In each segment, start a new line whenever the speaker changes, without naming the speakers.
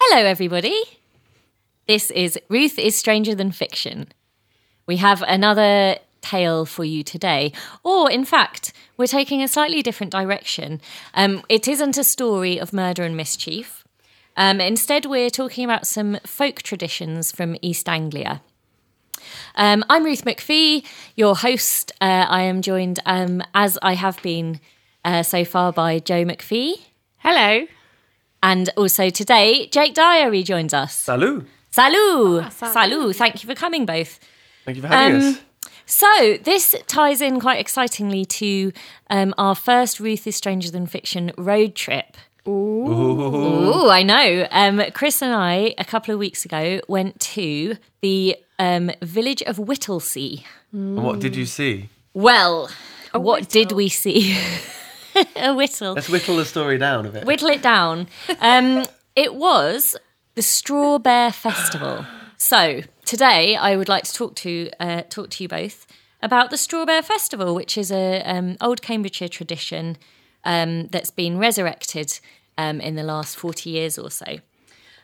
Hello, everybody. This is Ruth is Stranger Than Fiction. We have another tale for you today. Or, in fact, we're taking a slightly different direction. Um, it isn't a story of murder and mischief. Um, instead, we're talking about some folk traditions from East Anglia. Um, I'm Ruth McPhee, your host. Uh, I am joined, um, as I have been uh, so far, by Joe McPhee.
Hello.
And also today, Jake Dyer rejoins us.
Salut.
Salut!
salut.
salut! Thank you for coming both.
Thank you for having
Um,
us.
So, this ties in quite excitingly to um, our first Ruth is Stranger Than Fiction road trip. Ooh, I know. Um, Chris and I, a couple of weeks ago, went to the um, village of Whittlesea.
And what did you see?
Well, what did we see? a whittle.
Let's whittle the story down a bit.
Whittle it down. Um, it was the Straw Bear Festival. So today, I would like to talk to uh, talk to you both about the Straw Bear Festival, which is a um, old Cambridgeshire tradition um, that's been resurrected um, in the last forty years or so.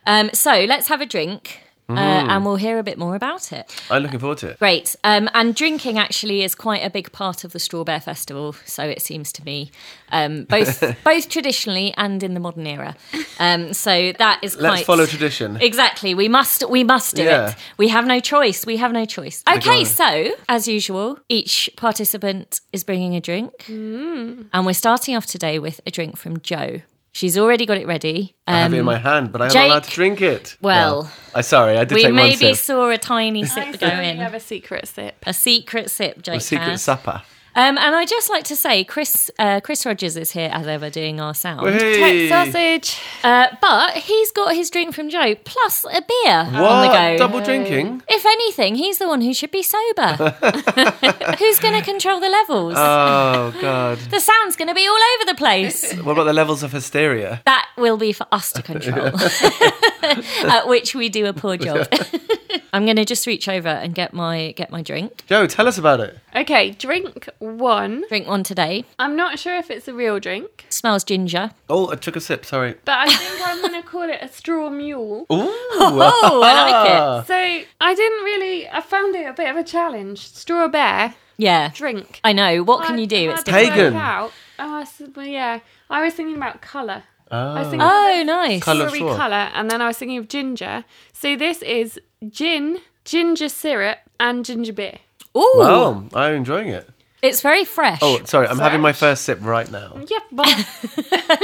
Um, so let's have a drink. Uh, and we'll hear a bit more about it.
I'm looking forward to it.
Great. Um, and drinking actually is quite a big part of the Straw Bear Festival, so it seems to me, um, both both traditionally and in the modern era. Um, so that is quite.
Let's follow tradition.
Exactly. We must. We must do
Yeah.
it. We have no choice. We have no choice. Okay.
gotta.
So as usual, each participant is bringing a drink, and we're starting off today with a drink from Joe. She's already got it ready.
I have it in
Um,
my hand, but I'm not allowed to
Jake-
drink it.
Well,
I sorry, I did
we
take one
maybe
sip.
saw a tiny sip go
You have
in.
a secret sip.
A secret sip, Jake.
A secret
has.
supper.
Um, and I just like to say, Chris uh, Chris Rogers is here as ever doing our sound,
Hey.
Sausage.
uh, but he's got his drink from Joe plus a beer
What?
on the go.
Double drinking?
if anything, he's the one who should be sober. Who's going to control the levels?
Oh god.
the sound's going to be all over the place.
What about the levels of hysteria?
that will be for us to control, at which we do a poor job. I'm going to just reach over and get my get my drink.
Joe, tell us about it.
Okay, drink one.
Drink one today.
I'm not sure if it's a real drink,
Smells ginger.
Oh, I took a sip, sorry.
but I think I'm going to call it a straw mule.
Ooh.
Oh, I like it.
So I didn't really. I found it a bit of a challenge. Straw bear
Yeah.
drink.
I know. What can you do?
It's
It's
Pagan.
Out. Oh, I said, well, yeah. I was thinking about colour.
Ah.
I was thinking
Oh, nice.
Colour
strawberry
straw.
colour, and then I was thinking of ginger. So this is gin, ginger syrup, and ginger beer.
Ooh,
Well, Oh, I'm enjoying it.
it's very fresh.
Oh, sorry, I'm having my first sip right now.
Yep, but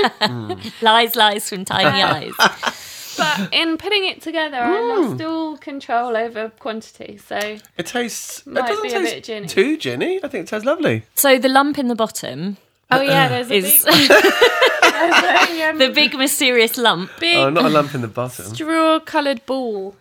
Lies, lies from tiny eyes.
but in putting it together, I lost
Hmm.
all control over quantity. So
It tastes
Might
it doesn't
be a
taste
bit ginny.
too ginny. I think it tastes lovely.
So the lump in the bottom
oh
uh,
yeah, there's a
is
big,
the
there's a, um,
big mysterious lump.
big
Oh, not a lump in the bottom.
straw-coloured ball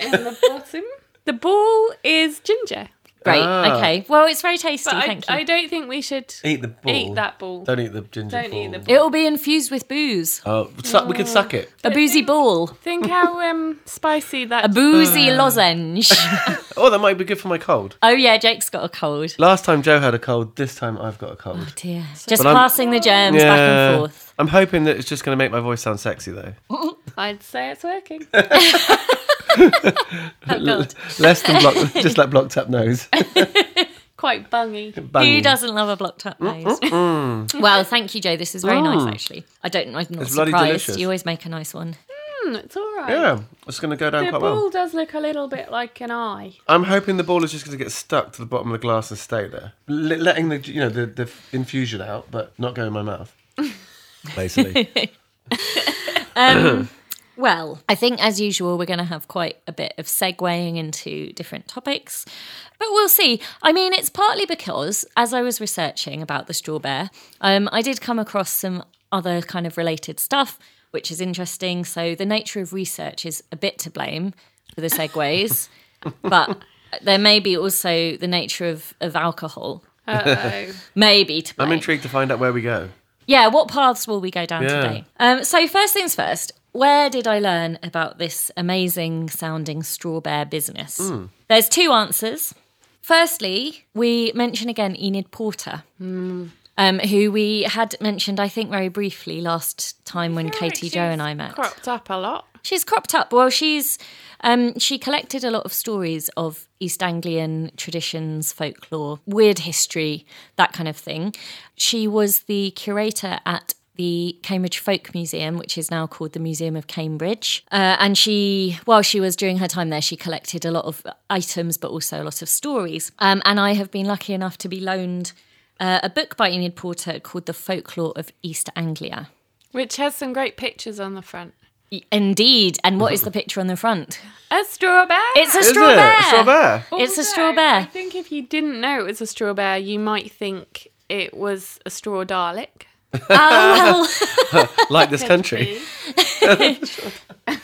in the bottom. The ball is ginger.
Great.
Ah.
Okay. Well, it's very tasty.
But I,
thank you.
I don't think we should
Eat the ball.
eat that ball.
Don't eat the ginger
Don't
ball.
eat the
It'll be infused with booze.
Oh, su- we could suck it.
A boozy ball.
Think how um spicy that.
A
Ah.
boozy lozenge.
Oh, that might be good for my cold.
Oh yeah, Jake's got a cold.
Last time Joe had a cold, this time I've got a cold.
Oh, Dear. Just
But I'm-
passing the germs back and forth.
I'm hoping that it's just going to make my voice sound sexy though.
I'd say it's working.
God.
Less than block, just like blocked up nose.
Quite bungy.
Who
Banging.
doesn't love a blocked up
Mm,
nose? well, thank you, Joe. This is very nice, actually. I don't. I'm not
It's
surprised.
bloody delicious.
You always make a nice one.
Hmm, it's all right.
Yeah, it's going to go down
The
quite
ball
well.
does look a little bit like an eye.
I'm hoping the ball is just going to get stuck to the bottom of the glass and stay there, L- letting the you know the, the infusion out, but not go in my mouth. Basically,
Well, I think as usual, we're going to have quite a bit of segueing into different topics, but we'll see. I mean, it's partly because as I was researching about the straw bear, um, I did come across some other kind of related stuff, which is interesting. So the nature of research is a bit to blame for the segues, but there may be also the nature of, of alcohol.
Uh oh.
Maybe to blame.
I'm intrigued to find out where we go.
Yeah, what paths will we go down
Yeah.
today? Um, so, first things first, where did I learn about this amazing sounding straw bear business? There's two answers. Firstly, we mention again Enid Porter. um, who we had mentioned, I think, very briefly last time when Katie, Joe, and I met.
Cropped up a lot.
She's cropped up. Well, she's um, she collected a lot of stories of East Anglian traditions, folklore, weird history, that kind of thing. She was the curator at the Cambridge Folk Museum, which is now called the Museum of Cambridge. Uh, and she, while she was during her time there, she collected a lot of items, but also a lot of stories. Um, and I have been lucky enough to be loaned uh, a book by Enid Porter called The Folklore of East Anglia. E,
Which has some great pictures on the front.
Indeed. And what is the picture on the front?
A straw bear.
It's a
Is
straw
it?
bear.
Straw bear.
It's a
Although,
straw
I
bear.
think if you didn't know it was a straw bear, you might think it was a straw Dalek.
Oh, well.
Like this country.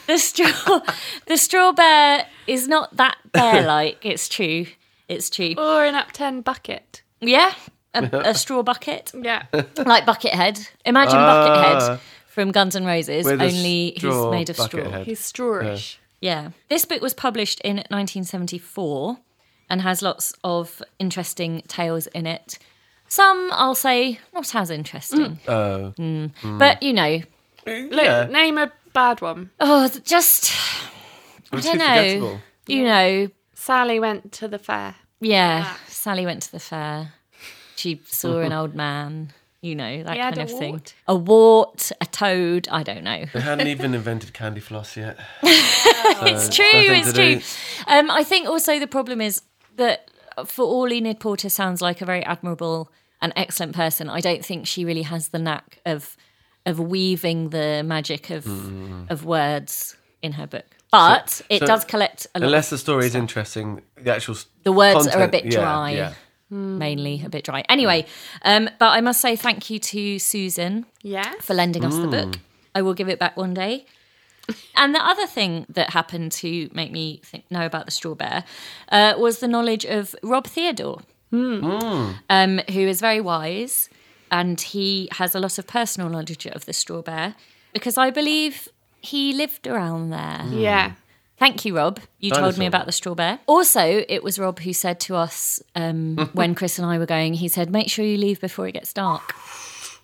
the straw the straw bear is not that bear like it's true it's true
Or an upturned bucket.
yeah a, a straw bucket
Yeah.
like buckethead imagine
Ah.
buckethead from guns n' roses
With a
only he's
straw
made of
bucket
straw
head.
He's strawish.
yeah this book was published in 1974 and has lots of interesting tales in it some i'll say not as interesting
Oh.
but you know
Look,
Yeah.
name a bad one.
oh th- just
It
i
was
don't
too
know
forgettable.
you know
Sally went to the fair.
Yeah, Sally went to the fair. She saw an old man, you know, that
He had
kind of
a
thing.
wart.
A wart, a toad, I don't know.
They hadn't even invented candy floss yet.
it's true,
nothing
it's
to do.
true. Um, I think also the problem is that for all Enid Porter sounds like a very admirable and excellent person, I don't think she really has the knack of of weaving the magic of of words in her book. But it
Mm. so-
does collect a lot.
Unless the story is interesting, the actual s-
the words are a
content-
bit
yeah,
dry. Hmm.
Yeah.
mainly a bit dry. Anyway, um, but I must say thank you to Susan
Yeah.
for lending
Hmm.
us the book. I will give it back one day. And the other thing that happened to make me think, know about the straw bear uh, was the knowledge of Rob Theodore,
Hmm.
Um, who is very wise and he has a lot of personal knowledge of the straw bear because I believe he lived around there.
Mm. Yeah.
Thank you, Rob. You told me
Dinosaur.
about the straw bear. Also, it was Rob who said to us um, when Chris and I were going, he said, make sure you leave before it gets dark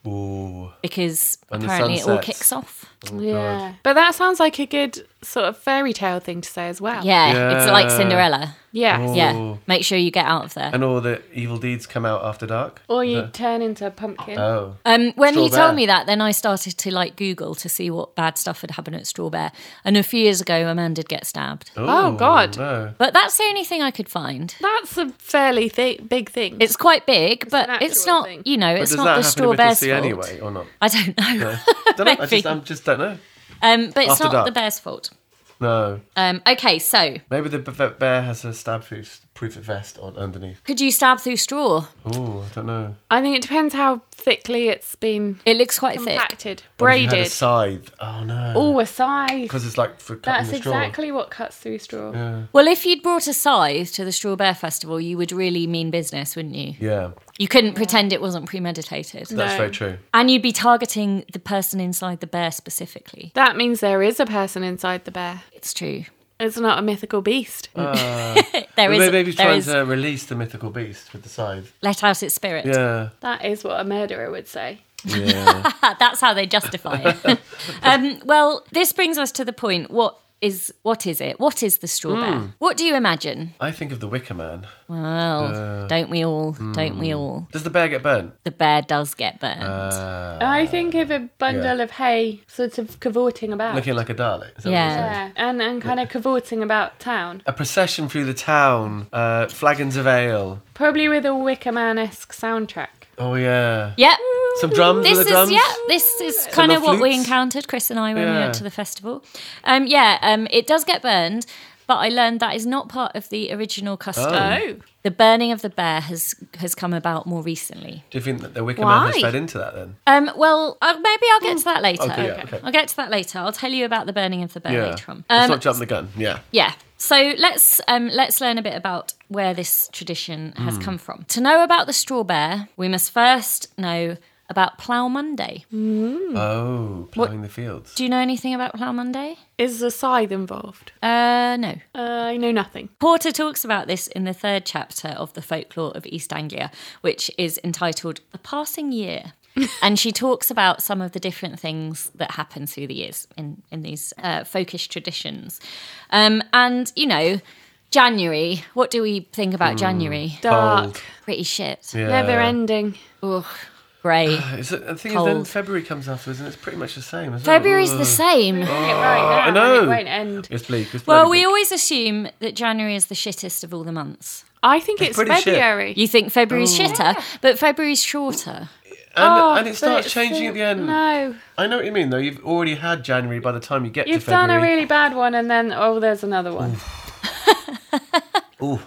Ooh.
because
When the
apparently it
sun
all
sets.
kicks off.
Yeah. But that sounds like a good sort of fairy tale thing to say as well.
Yeah, it's like
Yeah. Oh.
Cinderella.
Yes.
Yeah,
Ooh.
make sure you get out of there.
And all the evil deeds come out after dark.
Or you turn into a pumpkin.
Oh.
Um, when he
Straw
told
bear.
me that, then I started to like Google to see what bad stuff had happened at Straw Bear. And a few years ago, a man did get stabbed.
Oh,
Ooh,
God.
No.
But that's the only thing I could find.
That's a fairly thi- big thing.
It's quite big, but
an
it's
actual
not,
thing.
you know,
But
it's
does
not
that
the
happen
straw
with the
bear's
sea
fault.
anyway or not?
I don't know.
Don't know. I
Maybe.
just, I just don't know.
Um, but it's
After
not
dark.
the bear's fault.
No.
Um, okay, so
Maybe the b- b- bear has a stab proof proof vest on underneath.
could you stab through straw?
Oh, I don't know.
I think it depends how thickly it's been
It looks quite thick.
compacted,
What if you had a
braided.
scythe. Oh no.
Oh, a scythe.
Because it's like for cutting
That's
the straw.
exactly what cuts through straw.
Well, if you'd brought a scythe to the Straw Bear Festival, you would really mean business, wouldn't you?
Yeah,
You couldn't pretend it wasn't premeditated.
that's
No.
very true.
And you'd be targeting the person inside the bear specifically.
That means there is a person inside the bear.
It's true.
It's not a mythical beast.
Uh,
There
Well,
is.
maybe he's
there
trying
is
to uh, release the mythical beast with the scythe.
let out its spirit.
Yeah,
that is what a murderer would say.
yeah.
Ha, That's how they justify it. um, well, this brings us to the point. What is what is it? What is the straw
Hmm.
bear? What do you imagine?
I think of the Wicker Man.
Well,
Uh,
don't we all? Don't
hmm.
we all?
Does the bear get burnt?
The bear does get burned.
Uh,
I think of a bundle
yeah.
of hay sort of cavorting about.
looking like a Dalek. Is that what you're saying?
yeah.
yeah, and, and kind of cavorting about town.
A procession through the town. Uh, flagons of ale.
Probably with a Wicker Man esque soundtrack.
Oh yeah.
Yep.
Some drums.
This
are
is
the drums?
yeah. This is kind of
enough
what we
flutes?
encountered, Chris and I, when we
Yeah.
went to the festival. Um, yeah. Um, it does get burned, but I learned that is not part of the original custom.
Oh.
Mm.
The burning of the bear has has come about more recently.
Do you think that the Wicker Man
Why?
has fed into that then?
Um, well, uh, maybe I'll get to that later.
Hmm. Okay, yeah, okay.
I'll get to that later. I'll tell you about the burning of the bear
Yeah.
later on.
Let's
Um,
not jump the gun. Yeah.
Yeah. So let's um, let's learn a bit about where this tradition has come from. To know about the straw bear, we must first know about Plough Monday. hmm.
Oh, plowing the fields.
Do you know anything about Plough Monday?
Is the scythe involved?
Uh, no.
Uh, I know nothing.
Porter talks about this in the third chapter of The Folklore of East Anglia, which is entitled The Passing Year. and she talks about some of the different things that happen through the years in, in these uh, folkish traditions. Um, and, you know, January, what do we think about January?
Dark,
Cold.
Pretty shit.
Yeah.
never ending.
Ugh, grey.
It's, the thing is, then
Cold.
February comes afterwards, and it's pretty much the same. As
February's the same.
I
I
know.
It won't end.
It's bleak. It's
Well,
bloody
we
bleak.
always assume that January is the shittest of all the months.
I think it's,
pretty shit.
February.
You think February's
Oh.
shitter, but February's shorter.
and,
Oh,
and it
but
starts
it's
changing at the end.
No,
I know what you mean, though. You've already had January by the time you get
you've
to February.
done a really bad one, and then oh, there's another one.
Ooh.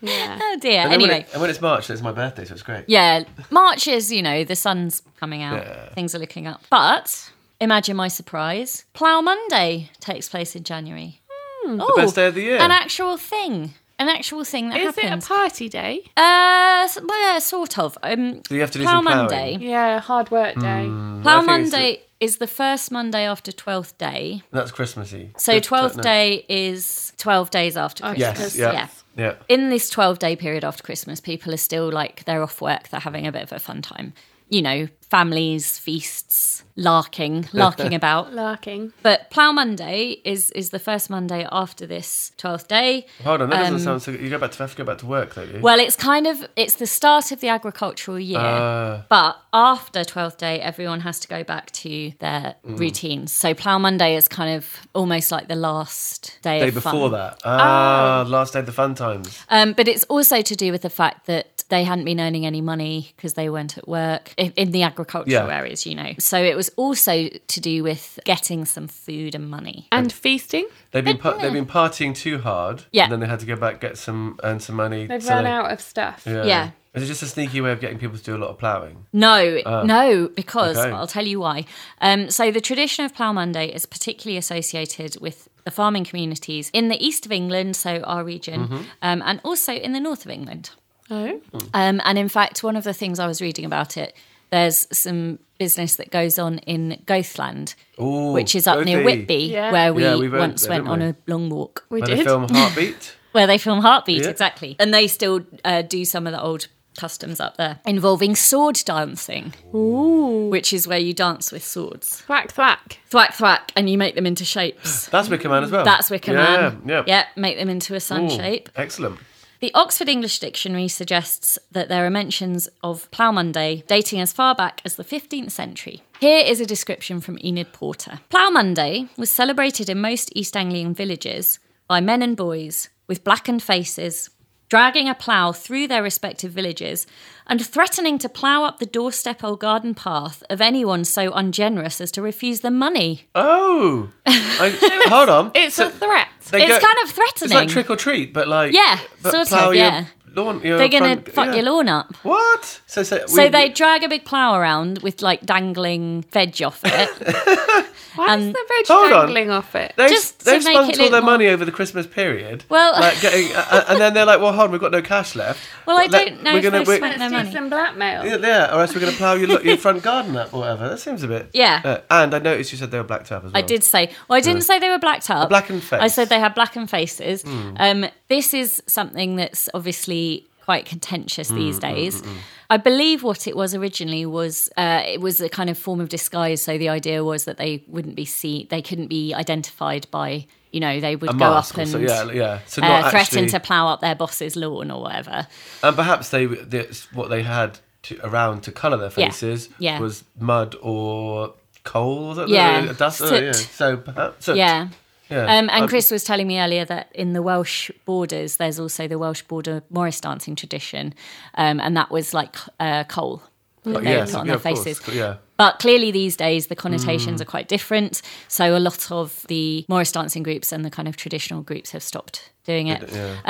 Yeah.
Oh dear.
And then when
Anyway.
it- and when it's March, it's my birthday, so it's great.
Yeah, March is, you know, the sun's coming out,
Yeah.
things are looking up. But imagine my surprise. Plough Monday takes place in January. Oh,
Best day of Hmm. the year.
An actual thing. An actual thing that
Is it a
happens.
party day?
uh, s- well, yeah, sort of. Um,
Do you have to do
Plough
some ploughing?
Monday.
Yeah, hard work day.
Plough
I think it's
Monday is the first Monday after 12th day.
That's Christmassy.
So
Good-
12th
no.
day is 12 days after
After
Christmas.
Yes.
Christmas.
Yeah.
Yeah.
Yeah.
in this 12 day period after Christmas, people are still like, they're off work, they're having a bit of a fun time. You know, families, feasts, larking, larking about.
Larking.
But Plough Monday is is the first Monday after this 12th day.
Hold on, that doesn't sound so good. You go back to have to go back to work, though, you?
Um, Well, it's kind of it's the start of the agricultural year.
Uh,
but after 12th day, everyone has to go back to their
Mm.
routines. So Plough Monday is kind of almost like the last day,
day
of
before
fun.
that. Ah, last day of the fun times.
Um, but it's also to do with the fact that they hadn't been earning any money because they weren't at work in, in the agricultural
Yeah.
areas, you know. So it was also to do with getting some food and money.
And feasting.
They've been pa- they've been partying too hard.
Yeah.
And then they had to go back get some earn some money.
They've
so
run
they-
out of stuff.
Yeah.
Yeah.
Is it just a sneaky way of getting people to do a lot of ploughing?
No, no, because
Ah, okay.
I'll tell you why. Um, so the tradition of Plough Monday is particularly associated with the farming communities in the east of England, so our region,
Mm-hmm.
um, and also in the north of England.
Oh.
Um, and in fact, one of the things I was reading about it, there's some business that goes on in Gothland,
Ooh,
which is up near
Gothi.
Whitby,
Yeah.
where we,
Yeah, we went
once
there,
went
didn't
on
we?
a long walk,
We
Where
did.
they film Heartbeat.
where they film Heartbeat,
Yeah.
exactly. And they still uh, do some of the old customs up there involving sword dancing,
Ooh.
which is where you dance with swords.
Thwack thwack.
Thwack, thwack, and you make them into shapes.
That's Wicker Man as well.
That's Wicker Man.
Yeah. Yeah.
yeah, make them into a sun
Ooh,
shape.
Excellent.
The Oxford English Dictionary suggests that there are mentions of Plough Monday dating as far back as the 15th century. Here is a description from Enid Porter. Plough Monday was celebrated in most East Anglian villages by men and boys with blackened faces, dragging a plough through their respective villages and threatening to plough up the doorstep or garden path of anyone so ungenerous as to refuse them money.
Oh, I, hold on.
It's
So
a threat.
they
It's
go-
kind of threatening.
It's like trick or treat, but like
Yeah,
but
sort of,
plough
yeah.
Your lawn, your
They're going
front-
to fuck
yeah.
your lawn up.
What? So, so,
So
we-
they drag a big plough around with like dangling veg off it.
Why is the veg
Hold on.
dangling off it?
They've,
Just to
they've
make
spent
it
all
look
their
more-
money over the Christmas period.
Well-
like getting, uh, and then they're like, "Well, hold on, we've got no cash left."
Well, I
Let-
don't know
we're
if
gonna-
they've
we're-
spent their
Let's do
money.
some blackmail.
Yeah, or else we're going to plough your, lo- your front garden up or whatever. That seems a bit.
Yeah.
Uh, and I noticed you said they were blacked up as well.
I did say, well, I didn't say they were blacked up.
blackened face. Hmm.
I said they had blackened faces. Um, this is something that's obviously quite
Hmm,
contentious these days. I believe what it was originally was uh, it was a kind of form of disguise. So the idea was that they wouldn't be seen, they couldn't be identified by, you know, they would
A
go
mask.
up and
also, yeah, yeah. So not
uh, threaten
actually,
to plough up their boss's lawn or whatever.
and perhaps they that's what they had to, around to colour their
Yeah,
faces
yeah.
was mud or coal or something.
Yeah,
uh, dust. uh, yeah.
soot.
So perhaps. soot.
Yeah.
Yeah.
Um, and
Um,
Chris was telling me earlier that in the Welsh borders, there's also the Welsh border Morris dancing tradition, um, and that was like uh, coal that they
yeah,
put on
Oh, yeah,
their
of course,
faces.
Yeah.
But clearly, these days the
Mm.
connotations are quite different. So a lot of the Morris dancing groups and the kind of traditional groups have stopped doing it.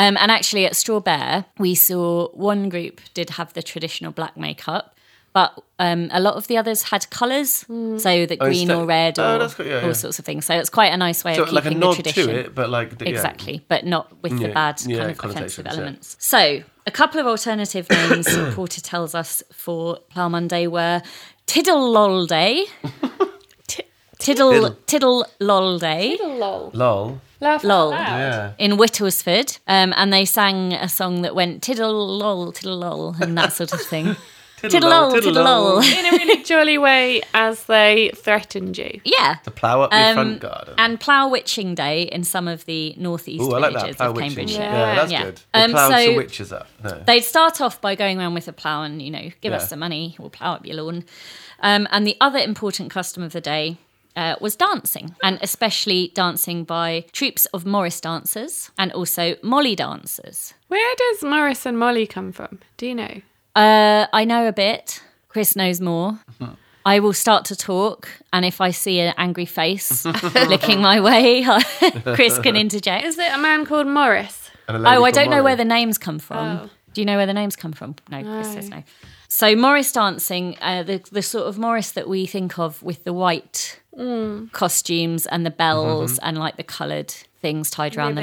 Um, and actually, at Straw Bear, we saw one group did have the traditional black makeup. But um, a lot of the others had colours, so the green
instead-
or red or
Mm. Oh, that's good, yeah,
all
yeah.
sorts of things. So it's quite a nice way
So
of
like a
keeping
nod
the tradition
to it, but like yeah.
exactly, but not with the
Yeah,
bad
yeah,
kind of
connotations,
offensive
yeah.
elements. So, a couple of alternative names Porter tells us for Plough Monday were Tiddle lol day. Tiddle tiddle lol day
Lol.
Lol.
Laugh out
Lol.
loud.
Yeah.
in Whittlesford, um, and they sang a song that went tiddle lol tiddle lol and that sort of thing. tiddle lol tiddle lol.
In a really jolly way as they threatened you.
Yeah.
To plough up your
Um,
front garden.
and Plough Witching Day in some of the northeast
Ooh, I like that.
villages
Plough
of
witching.
Cambridge.
Yeah,
Yeah.
that's
Yeah.
good. The
Um,
ploughs
so-
the witches up. No.
They'd start off by going around with a plough and, you know, give
Yeah.
us some money, we'll plough up your lawn. Um, and the other important custom of the day uh, was dancing, and especially dancing by troops of Morris dancers and also Molly dancers.
Where does Morris and Molly come from? Do you know?
Uh, I know a bit. Chris knows more. I will start to talk, and if I see an angry face licking my way, Chris can interject.
Is it a man called Morris?
And a lady
Oh, I
called
don't know
Molly.
where the names come from.
Oh.
Do you know where the names come from? No, Chris
No.
says no. So Morris dancing, uh, the the sort of Morris that we think of with the white
Mm.
costumes and the bells and like the coloured things tied around the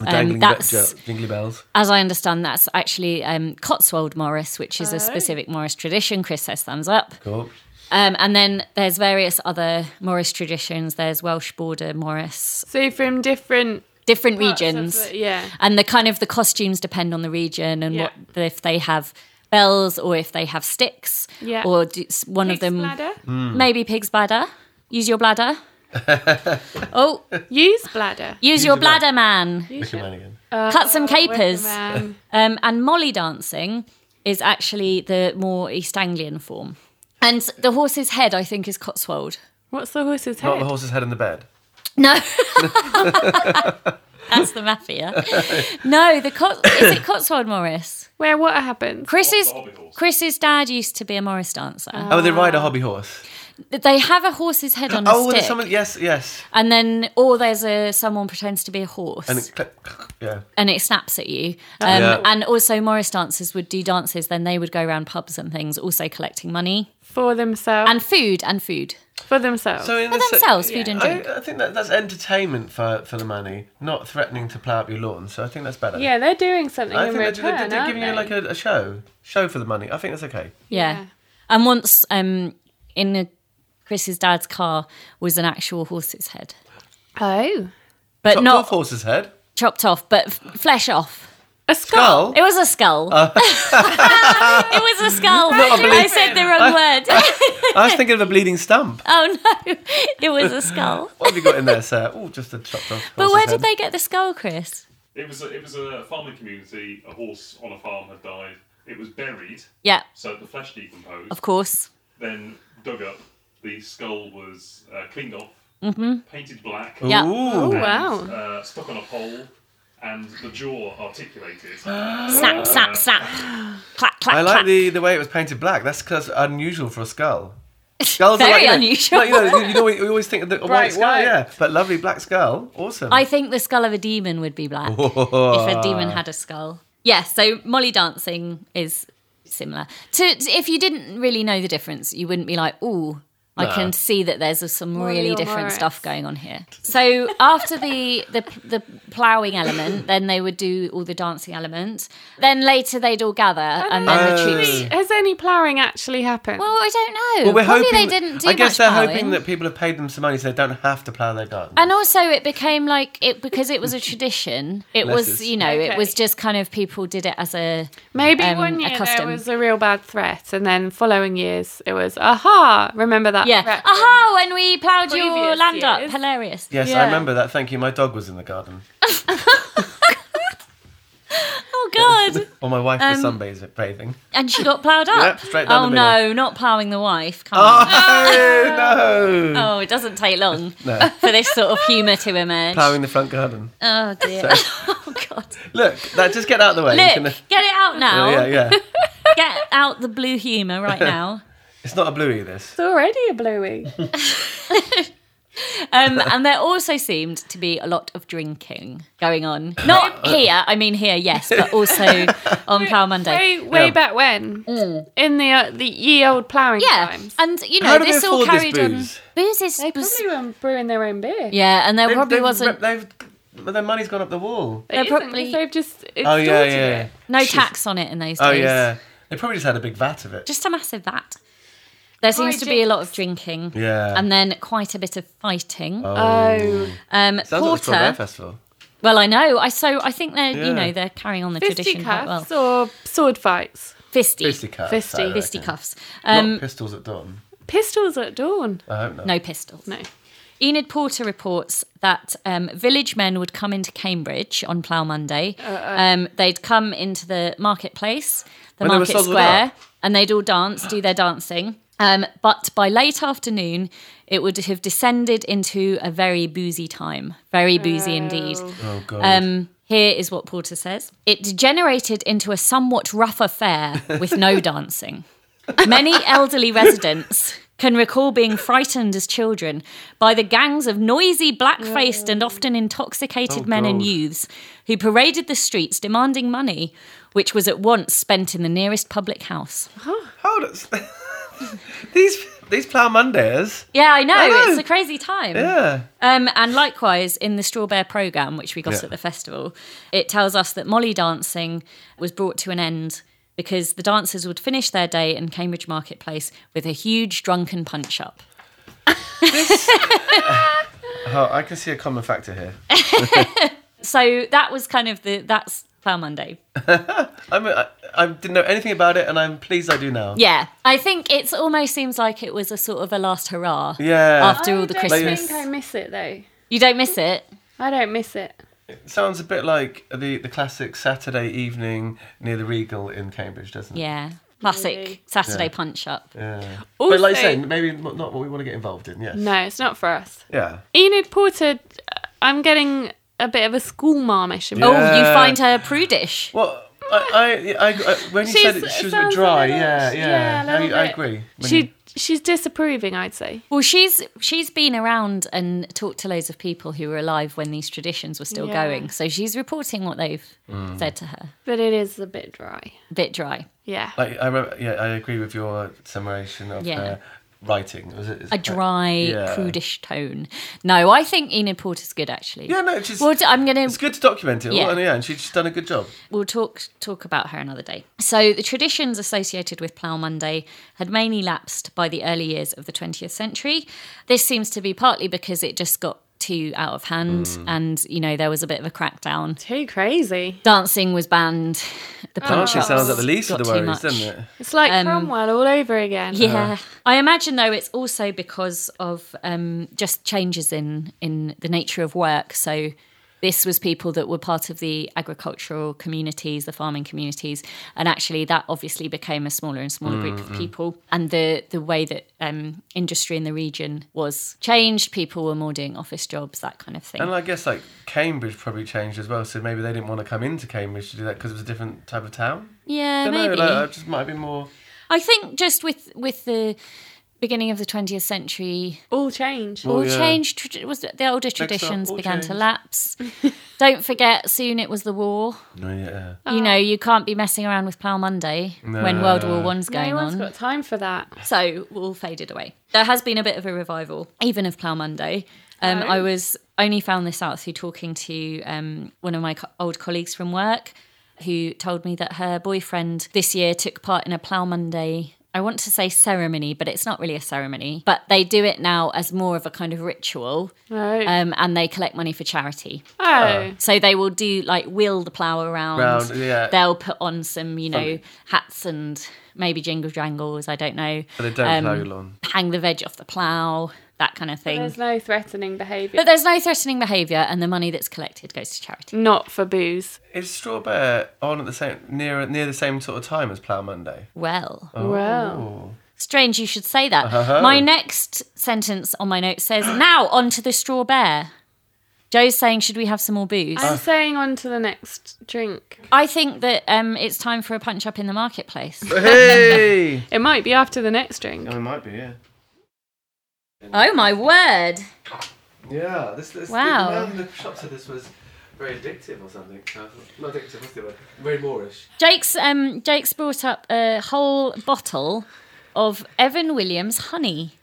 legs.
Dangling
Um,
bell-
that's,
jo- jingly bells.
as I understand, that's actually um, Cotswold Morris, which
Oh.
is a specific Morris tradition. Chris says thumbs up.
Cool.
Um, and then there's various other Morris traditions. There's Welsh border Morris,
So from different
different
parts of
regions
the- yeah.
and the kind of the costumes depend on the region and
Yeah.
what if they have bells or if they have sticks
Yeah.
or do, s- one
Pig's
of them
bladder?
maybe pig's bladder use your bladder oh use,
Use bladder.
your
your
bladder man
Wicker Man again.
cut some capers
Uh, Man.
um, and molly dancing is actually the more east anglian form and the horse's head i think is cotswold
What's the horse's
Not the
head?
horse's head in the bed.
No. That's the mafia. No, the Cot- is it Cotswold Morris?
Where what happens?
Chris's Chris's dad used to be a Morris dancer.
Oh, they
Uh,
ride a hobby horse.
They have a horse's head on a
Oh,
stick,
there's someone. Yes, yes.
and then or there's a someone pretends to be a horse,
And
and
it
it,
click, click, yeah.
snaps at you. Um,
Yeah.
And also Morris dancers would do dances, then they would go around pubs and things, also collecting money
For themselves.
and food and food
for themselves.
So in
for
a se-
themselves, food and drink.
I, I think that that's entertainment for, for the money, not threatening to plough up your lawn. So I think that's better.
yeah, they're doing something
I
in
think they're,
return,
they're, they're,
aren't
giving
they?
you like a, a show, show for the money. I think that's okay.
Yeah.
Yeah.
And once um in a, Chris's dad's car was an actual horse's head.
Oh.
But
Chopped
not
off horse's head,
chopped off, but f- flesh off.
A skull.
skull.
It was a skull. it was a skull.
Uh. Not a Uh.
I
belief.
said the wrong word.
I was thinking of a bleeding stump.
oh no. It was a skull.
What have you got in there, sir? Oh, just a chopped off.
But
horse's
where did
head.
they get the skull, Chris?
It was a, it was a farming community. A horse on a farm had died. It was buried,
Yeah,
so the flesh decomposed.
of course.
Then dug up. The skull was uh, cleaned off, painted black,
Mm-hmm. Yeah.
Ooh.
Oh, wow.
uh, stuck on a pole, and the jaw articulated.
Snap, snap, snap. clack, clack,
I
clack.
like the, the way it was painted black. That's because unusual for a skull. Skulls
Very
are like, you know,
unusual.
Like, you, know, you- you know, we we always think of the
Bright
white skull,
white.
yeah. But lovely black skull, awesome. Oh,
I think the skull of a demon would be black if a
Uh.
demon had a skull. Yeah, so Molly dancing is similar. To to- if you didn't really know the difference, you wouldn't be like, "Ooh, I can see that there's some really
or
different
Morris.
stuff going on here." So after the the the ploughing element, then they would do all the dancing elements. Then later they'd all gather, and then the
Oh.
troops.
Has any ploughing actually happened?
Well, I don't know. Probably they didn't do
I
much
guess they're
ploughing.
hoping that people have paid them some money so they don't have to plough their garden.
And also, it became like it because it was a tradition. It was,
Lettuce.
you know, it
Okay.
was just kind of people did it as a
Maybe
um,
one
a
year there
custom.
was a real bad threat, and then following years it was aha. Remember that?
yeah.
threat from-
Aha! When we ploughed your
Previous
land up,
years.
hilarious.
yes,
yeah.
I remember that. Thank you. My dog was in the garden.
Oh god!
Or my wife was
Um,
sunbathing. bathing.
and she got ploughed up.
Yeah, straight down
oh
the
no,
middle.
not ploughing the wife. Come on.
Oh, no!
Oh, it doesn't take long
No.
for this sort of humour to emerge.
Ploughing the front garden.
Oh dear. oh god.
Look, that, just get out of the way. You
Look,
can-
get it out now.
yeah, yeah.
Get out the blue humour right now.
It's not a bluey, this.
It's already a bluey.
Um, and there also seemed to be a lot of drinking going on. Not here, I mean here, yes, but also on Plough Monday.
way way
Yeah.
back when in the uh, the ye old ploughing
Mm. Yeah,
times.
and you know
How do they
this all
afford this
carried
booze?
on. Booze is
They
was-
probably were brewing their own beer.
yeah, and there probably
they've,
wasn't
They've, they've, their money's gone up the wall.
They
They're probably-
probably they've just
Oh
extorted
yeah, yeah.
it.
no tax on it in those days.
Oh yeah. They probably just had a big vat of it.
just a massive vat. There seems to be a lot of
Hijinks.
drinking.
Yeah.
And then quite a bit of fighting.
Oh,
um,
Sounds like a
Porter.
strawberry festival.
well, I know. I so I think they're
Yeah.
you know they're carrying on the tradition quite well.
fisticuffs or sword fights?
Fisty,
Fisty cuffs.
Fisty.
fisty cuffs.
Um,
Um,
pistols at dawn.
Pistols at dawn?
I hope not.
no pistols.
No.
Enid Porter reports that um, village men would come into Cambridge on Plough Monday.
Uh,
Um, they'd come into the marketplace, the
When they were
market
sodded
square,
up.
and they'd all dance, do their dancing. Um, but by late afternoon, it would have descended into a very boozy time, very boozy indeed.
Oh god.
Um, here is what Porter says It degenerated into a somewhat rough affair with no dancing. Many elderly residents can recall being frightened as children by the gangs of noisy, black faced, and often intoxicated
Oh,
men and
God.
youths who paraded the streets demanding money, which was at once spent in the nearest public house.
Hold it. Oh, these these plough Mondays.
Yeah, I know,
know.
it's a crazy time.
Yeah.
Um, and likewise, in the Straw Bear programme, which we got
Yeah.
at the festival, it tells us that Molly dancing was brought to an end because the dancers would finish their day in Cambridge Marketplace with a huge drunken punch up.
Oh, I can see a common factor here.
So that was kind of the that's Plough Monday.
I'm, I, I didn't know anything about it, and I'm pleased I do now.
Yeah, I think it's almost seems like it was a sort of a last hurrah.
Yeah.
After all the
I don't
Christmas,
think I miss it though.
you don't miss it.
I don't miss it.
It sounds a bit like the the classic Saturday evening near the Regal in Cambridge, doesn't it?
Yeah, classic Saturday
Yeah.
punch up.
Yeah.
Also-
but like you're saying, maybe not not what we want to get involved in. Yeah.
No, it's not for us.
Yeah.
Enid Porter, uh, I'm getting a bit of a school marmish.
Oh,
Yeah.
you
Yeah.
find her prudish.
Well, I, I, I, I when you said
She's-
it, she was
it
a bit
sounds a
dry.
little-
yeah,
yeah,
yeah.
a
I,
little
I
bit.
agree. When you-
She she's disapproving, I'd say.
Well, she's she's been around and talked to loads of people who were alive when these traditions were still
Yeah.
going. So she's reporting what they've
Mm.
said to her.
But it is a bit dry.
A bit dry.
Yeah.
like, I remember, yeah, I agree with your summation of
Yeah.
her writing. Was it is
A
it-
dry,
Uh, Yeah.
prudish tone. No, I think Enid Porter's good actually.
Yeah, no, she's.
Well, d- I'm gonna.
it's good to document it. all,
Yeah.
and yeah, and she- she's done a good job.
We'll talk talk about her another day. So the traditions associated with Plough Monday had mainly lapsed by the early years of the 20th century. This seems to be partly because it just got too out of hand,
Mm.
and you know there was a bit of a crackdown.
Too crazy.
Dancing was banned. The punch
Dancing Oh, sounds
ups
like the least of
Oh, got
the
too
worries,
much.
doesn't it? Uh-huh.
It's like Cromwell all over again.
um, Yeah, I imagine though it's also because of um, just changes in in the nature of work. So this was people that were part of the agricultural communities, the farming communities, and actually that obviously became a smaller and smaller group
Mm-hmm.
of people. And the the way that um, industry in the region was changed, people were more doing office jobs, that kind of thing.
And I guess like Cambridge probably changed as well, so maybe they didn't want to come into Cambridge to do that because it was a different type of town.
yeah,
I don't
maybe.
know, like, it just might be more.
I think just with with the beginning of the 20th century
All change.
all
Oh, yeah.
changed tradi- was the older traditions
all
began to
changed.
lapse don't forget soon it was the war
No, yeah.
Ah.
you know you can't be messing around with plough monday when world war one's going
no one's
on
got time for that.
so all faded away there has been a bit of a revival even of plough monday um, i was only found this out through talking to um, one of my co- old colleagues from work who told me that her boyfriend this year took part in a plough monday I want to say ceremony, but it's not really a ceremony. But they do it now as more of a kind of ritual
Oh.
um, and they collect money for charity.
oh.
So they will do like wheel the plough around.
Round, yeah.
They'll put on some, you know,
Funny.
hats and maybe jingle jangles. I don't know.
But they don't
Um,
plough your lawn.
Hang the veg off the plough, that kind of thing.
There's no threatening behaviour.
but there's no threatening behaviour, and the money that's collected goes to charity.
Not for booze.
Is Straw Bear on at the same near near the same sort of time as Plough Monday?
Well,
Oh.
Oh. Well.
strange you should say that.
Uh-huh.
My next sentence on my note says, "Now on to the straw bear." Joe's saying, "Should we have some more booze?"
I'm saying on to the next drink.
I think that um, it's time for a punch up in the marketplace.
Hey,
It might be after the next drink.
it might be. Yeah.
oh my word!
Yeah. This. this
Wow.
The, man in the shop said this was very addictive or something. I thought- Not addictive. What's the word? Very Moorish.
Jake's um Jake's brought up a whole bottle of Evan Williams honey.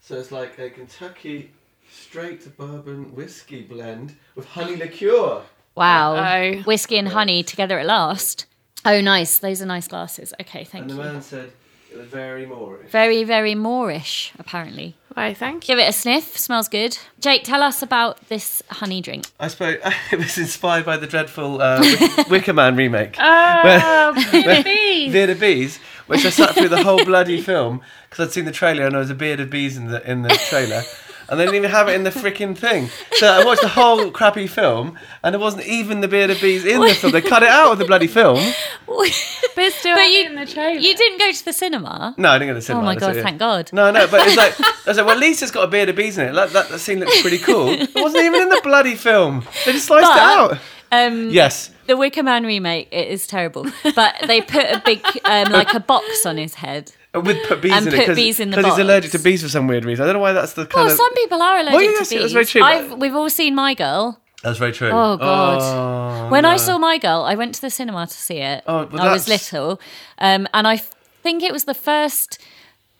So it's like a Kentucky straight bourbon whiskey blend with honey liqueur.
Wow.
Uh-oh.
Whiskey and honey together at last. Oh nice. Those are nice glasses. Okay, thank
And the
you.
man said,
It was very Moorish.
Very, very Moorish, apparently.
Why, thank you.
Give it a sniff. Smells good. Jake, tell us about this honey drink.
I suppose it was inspired by the dreadful uh, Wick- Wicker Man remake.
Ah.
Oh, Peter
Beard of Bees, which I sat through the whole bloody film because I'd seen the trailer and there was a Beard of Bees in the in the trailer, and they didn't even have it in the freaking thing. So I watched the whole crappy film, and there wasn't even the Beard of Bees in the film. They cut it out of the bloody film.
but
But still,
you,
had it in the trailer.
you didn't go to the cinema.
No, I didn't go to the cinema.
Oh my
that's
God,
it, yeah.
thank God.
No, no, but it's like I was like, well, at least it's got a Beard of Bees in it. Like, that, that scene looks pretty cool. It wasn't even in the bloody film. They just sliced
But-
it out.
Um,
Yes.
The Wicker Man remake, it is terrible. But they put a big, um, like a box on his head.
Uh, With put bees
And
in it
put
because
bees in the
he's
box.
allergic to bees for some weird reason. I don't know why that's the kind
Well,
of
some people are allergic
yes,
to
that's
bees.
very true, but-
I've, we've all seen My Girl.
That's very true.
Oh, God.
Oh,
When I
no.
saw My Girl, I went to the cinema to see it.
Oh, well,
I was
that's-
little, um, and I f- think it was the first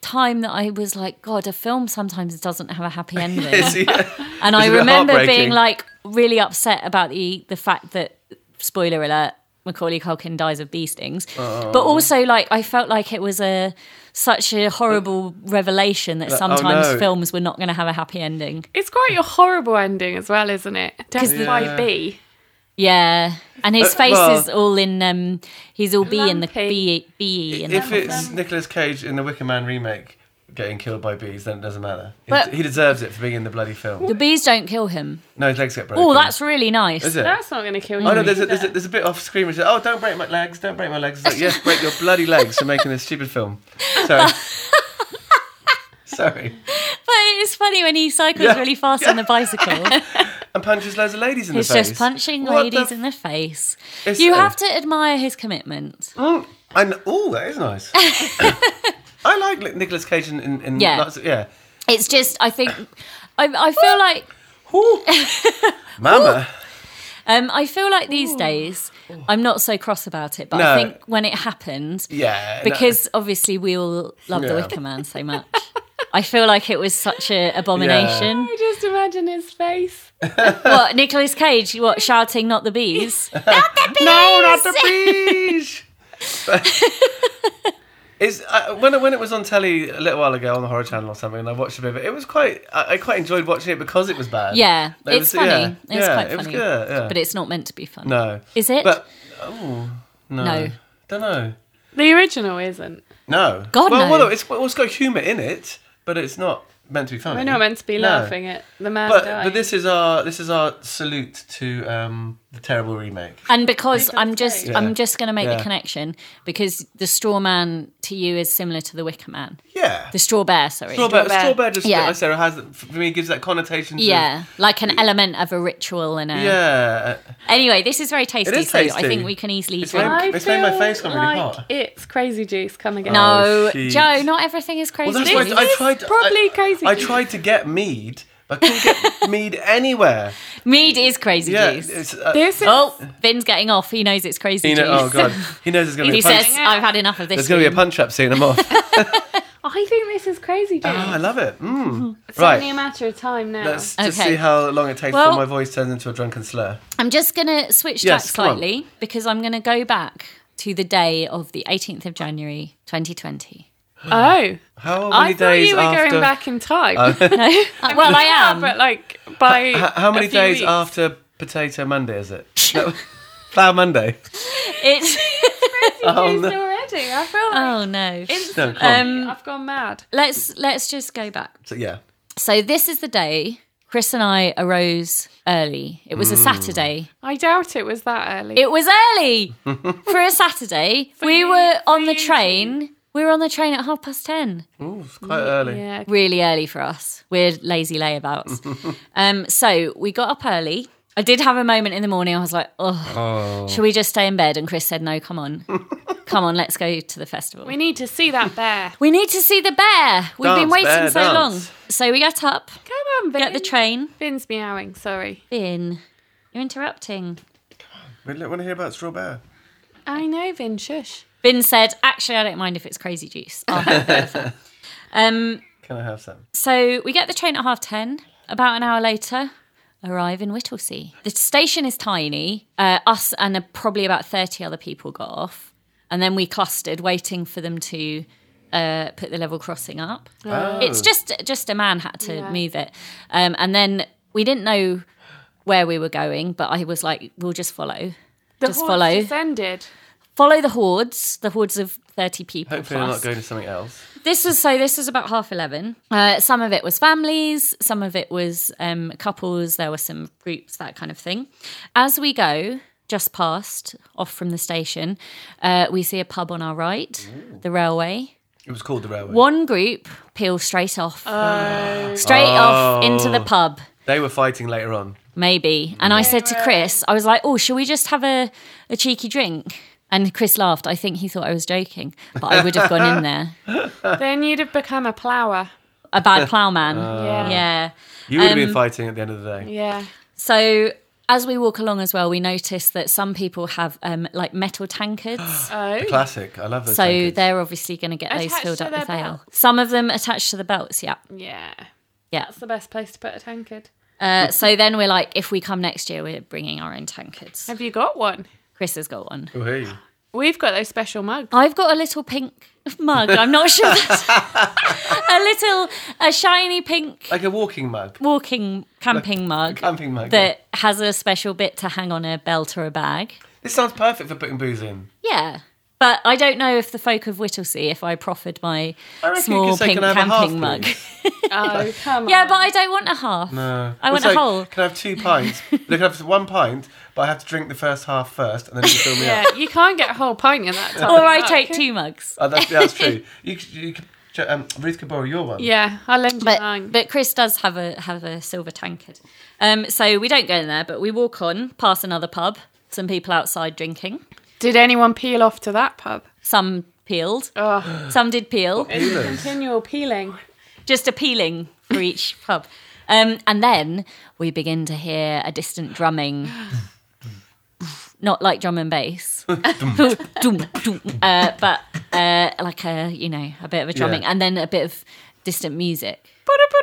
time that I was like, God, a film sometimes doesn't have a happy ending.
It's- yeah.
and
It's
I
a bit
remember
heartbreaking.
being like really upset about the the fact that spoiler alert Macaulay Culkin dies of bee stings,
Oh.
but also like I felt like it was a such a horrible revelation that
oh,
sometimes
no.
films were not going to have a happy ending.
It's quite a horrible ending as well, isn't it? Death
the-
by
Yeah.
bee.
Yeah, and his
Uh,
face
well-
is all in um, he's all bee in the
Lumpy.
bee bee in the
If it's Nicolas Cage in the Wicker Man remake getting killed by bees, then it doesn't matter. He,
But-
he deserves it for being in the bloody film.
the bees don't kill him.
No, his legs get broken.
Oh, that's really nice.
is it?
That's not going to kill you.
Oh
Mm.
no, there's a,
either.
there's, a, there's a bit off screen which says, "Oh, don't break my legs, don't break my legs." It's like, yes, break your bloody legs for making this stupid film. Sorry. Sorry.
But it's funny when he cycles
Yeah.
really fast on the bicycle.
And punches loads of ladies in
He's
the face.
just punching
What
ladies
the
in the face.
It's-
you
uh,
have to admire his commitment.
Mm, and oh, that is nice. I like Nicolas Cage in, in, in
Yeah.
lots of- yeah.
It's just, I think, I, I feel
Ah.
like,
Ooh. Mama.
um, I feel like these days, I'm not so cross about it, but I
No.
think when it happened,
Yeah. no.
because obviously we all love the
Yeah.
Wicker Man so much. I feel like it was such an abomination.
I just imagine his face.
What Nicolas Cage? What shouting? Not the bees.
No, not the beach. It's, uh, when, it, when it was on telly a little while ago on the Horror Channel or something, and I watched a bit of it. It was quite, I, I quite enjoyed watching it because it was bad.
Yeah,
Like, it
it's
was-
funny.
yeah,
it's
yeah,
quite funny,
it was good, yeah.
but it's not meant to be funny.
No.
Is it?
But, oh, no.
No.
Don't know.
The original isn't.
No.
God,
well,
no.
Well, it's, well, it's got humour in it, but it's not meant to be funny.
We're not meant to be
No.
laughing at the man
But,
dying.
but this is our this is our salute to um, the terrible remake.
And because I'm just
Yeah.
I'm just going to make
Yeah.
the connection because the straw man to you is similar to the wicker man.
Yeah.
The straw bear, sorry.
straw bear, straw bear just
Yeah.
like Sarah has for me gives that connotation. To,
yeah, like an element of a ritual and a
Yeah.
Anyway, this is very tasty,
is
so I
tasty.
think we can easily
It's
drink.
very-
I
It's made my
feel
face come really
like
hot.
It's crazy juice coming in.
No,
Oh, jeez.
Joe, not everything is crazy.
Well, that's
juice.
why I tried.
probably
I,
crazy
I
juice.
tried to get mead. but I couldn't get mead anywhere.
Mead is crazy
Yeah.
juice.
It's, uh,
This is
Oh, Vin's getting off. He knows it's crazy
he
juice.
kno- oh god. He knows there's gonna
If
be
he
a punch.
says, I've had enough of this.
there's gonna be a
Vin."
punch up soon. I'm off. oh,
I think this is crazy juice.
I love it. Mm.
it's only a
Right.
matter of time now.
Let's just
Okay.
see how long it takes
Well-
before my voice turns into a drunken slur.
I'm just going to switch
Yes,
tack
come on.
slightly because I'm going to go back to the day of the 18th of January 2020.
oh,
How many
I thought
days
you were
after? Oh.
going back in time.
Uh, well, I
Yeah,
am.
but like by
H- how many
a few
days
weeks.
after Potato Monday is it? No, Flour Monday.
It's
Oh,
Juice
no.
already. I feel like
oh no.
No, come on.
Um,
I've gone mad.
let's let's just go back.
So, yeah.
So this is the day Chris and I arose early. It
Mm.
was a Saturday.
I doubt it was that early.
It was early for a Saturday. we were on the train. We were on the train at half past ten.
Ooh, it's quite early.
yeah,
Really early for us. We're lazy layabouts. um, so we got up early. I did have a moment in the morning. I was like, oh,
Oh.
should we just stay in bed? And Chris said, no, come on. come on, let's go to the festival.
we need to see that bear.
We need to see the bear. We've been
Dance,
waiting
bear,
so
dance.
long. So we get up,
Come on, Vin.
get the train.
Vin's meowing. Sorry.
Bin, you're interrupting.
We want to hear about Straw Bear.
I know, Vin. Shush.
Bin said, actually, I don't mind if it's crazy juice. I'll have both. um,
Can I have some?
so we get the train at half 10. About an hour later, arrive in Whittlesea. The station is tiny. Uh, us and uh, probably about 30 other people got off. And then we clustered, waiting for them to uh, put the level crossing up.
Oh.
It's just just a man had to
Yeah.
move it, um, and then we didn't know where we were going. But I was like, we'll just follow,
The
just
horse
follow,
descended.
follow the hordes, the hordes of thirty people.
Hopefully, I'm
plus.
not going to something else.
This was so. This was about half eleven. Uh, some of it was families, some of it was um, couples. There were some groups, that kind of thing. As we go, just past off from the station, uh, we see a pub on our right, the railway.
It was called the railway.
One group peel straight off, straight off into
Oh.
the pub.
They were fighting later on.
Maybe. And I said to Chris, I was like, oh, shall we just have a, a cheeky drink? And Chris laughed. I think he thought I was joking, but I would have gone in there.
then you'd have become a plower.
A bad ploughman.
Uh.
Yeah.
yeah.
You would have
Um,
been fighting at the end of the day.
Yeah.
So as we walk along as well, we notice that some people have um, like metal tankards.
Oh.
Classic. I love those.
so
tankards.
they're obviously going to get those
Attached
filled
to
up with
their
ale.
belt.
Some of them attached to the belts, yeah.
Yeah.
Yeah.
That's the best place to put a tankard.
Uh, so then we're like, if we come next year, we're bringing our own tankards.
Have you got one?
Chris has got one.
Oh, hey.
We've got those special mugs.
I've got a little pink mug. I'm not sure. That's... a little, a shiny pink
Like a walking mug,
walking camping mug
camping mug.
that has a special bit to hang on a belt or a bag.
This sounds perfect for putting booze in.
Yeah. But I don't know if the folk of Whittlesea, if I proffered my
I reckon you
small
could say,
pink
"Can I have a
camping
half,
mug.
please?"
Oh, come on.
Yeah, but I don't want a half.
No.
I want
It's
a
like,
whole.
Can I have two pints? Look, I can have one pint, but I have to drink the first half first, and then you can fill me up.
Yeah, you can't get a whole pint in that time.
Or I take two mugs.
Oh, that's, yeah, that's true. You, could- you could, um, Ruth could borrow your one.
Yeah, I'll lend you
But,
mine.
but Chris does have a have a silver tankard. Um, so we don't go in there, but we walk on past another pub. Some people outside drinking.
Did anyone peel off to that pub?
Some peeled.
Oh,
Some did peel.
it's a continual peeling.
Just a peeling for each pub. Um, and then we begin to hear a distant drumming. Not like drum and bass, Dum, dum, uh, but uh, like a you know a bit of a drumming,
Yeah.
and then a bit of distant music.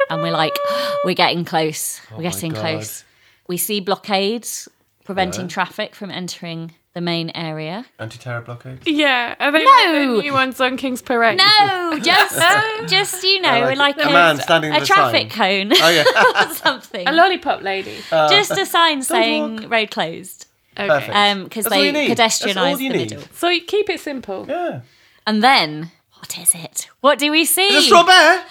and we're like, we're getting close. we're
Oh my
getting
God.
close. We see blockades preventing
Yeah.
traffic from entering the main area.
Anti-terror blockade.
Yeah, are they
No!
the new ones on King's Parade?
No, just just you know,
like
we're like
a man standing
a
with a
traffic cone
Oh yeah,
or something.
A lollipop lady.
just a sign saying road closed
Okay.
Uh, perfect.
because
That's all
they
you need. That's all
pedestrianise the
you need.
middle.
So you keep it simple.
yeah.
And then what is it? What do we see?
The straw bear.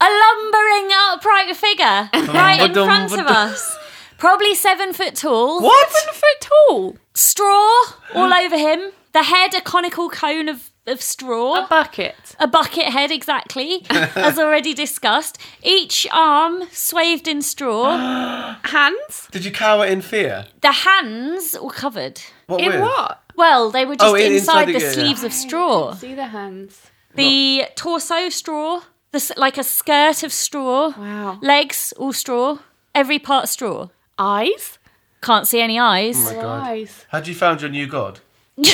a lumbering upright figure right in
Ba-dum,
front of
ba-dum.
us. Probably seven foot tall.
What?
Seven foot tall.
Straw all over him. The head a conical cone of, of straw.
A bucket.
a bucket head, exactly, as already discussed. Each arm swathed in straw.
Hands?
Did you cower in fear?
The hands were covered.
What
In
with?
what?
Well, they were just
Oh, in-
inside,
inside
the
the- yeah.
sleeves of straw.
See the hands.
The torso straw, the, s- like a skirt of straw.
Wow.
Legs all straw. Every part straw.
Eyes?
Can't see any eyes.
Oh my god.
Eyes.
Had you found your new god?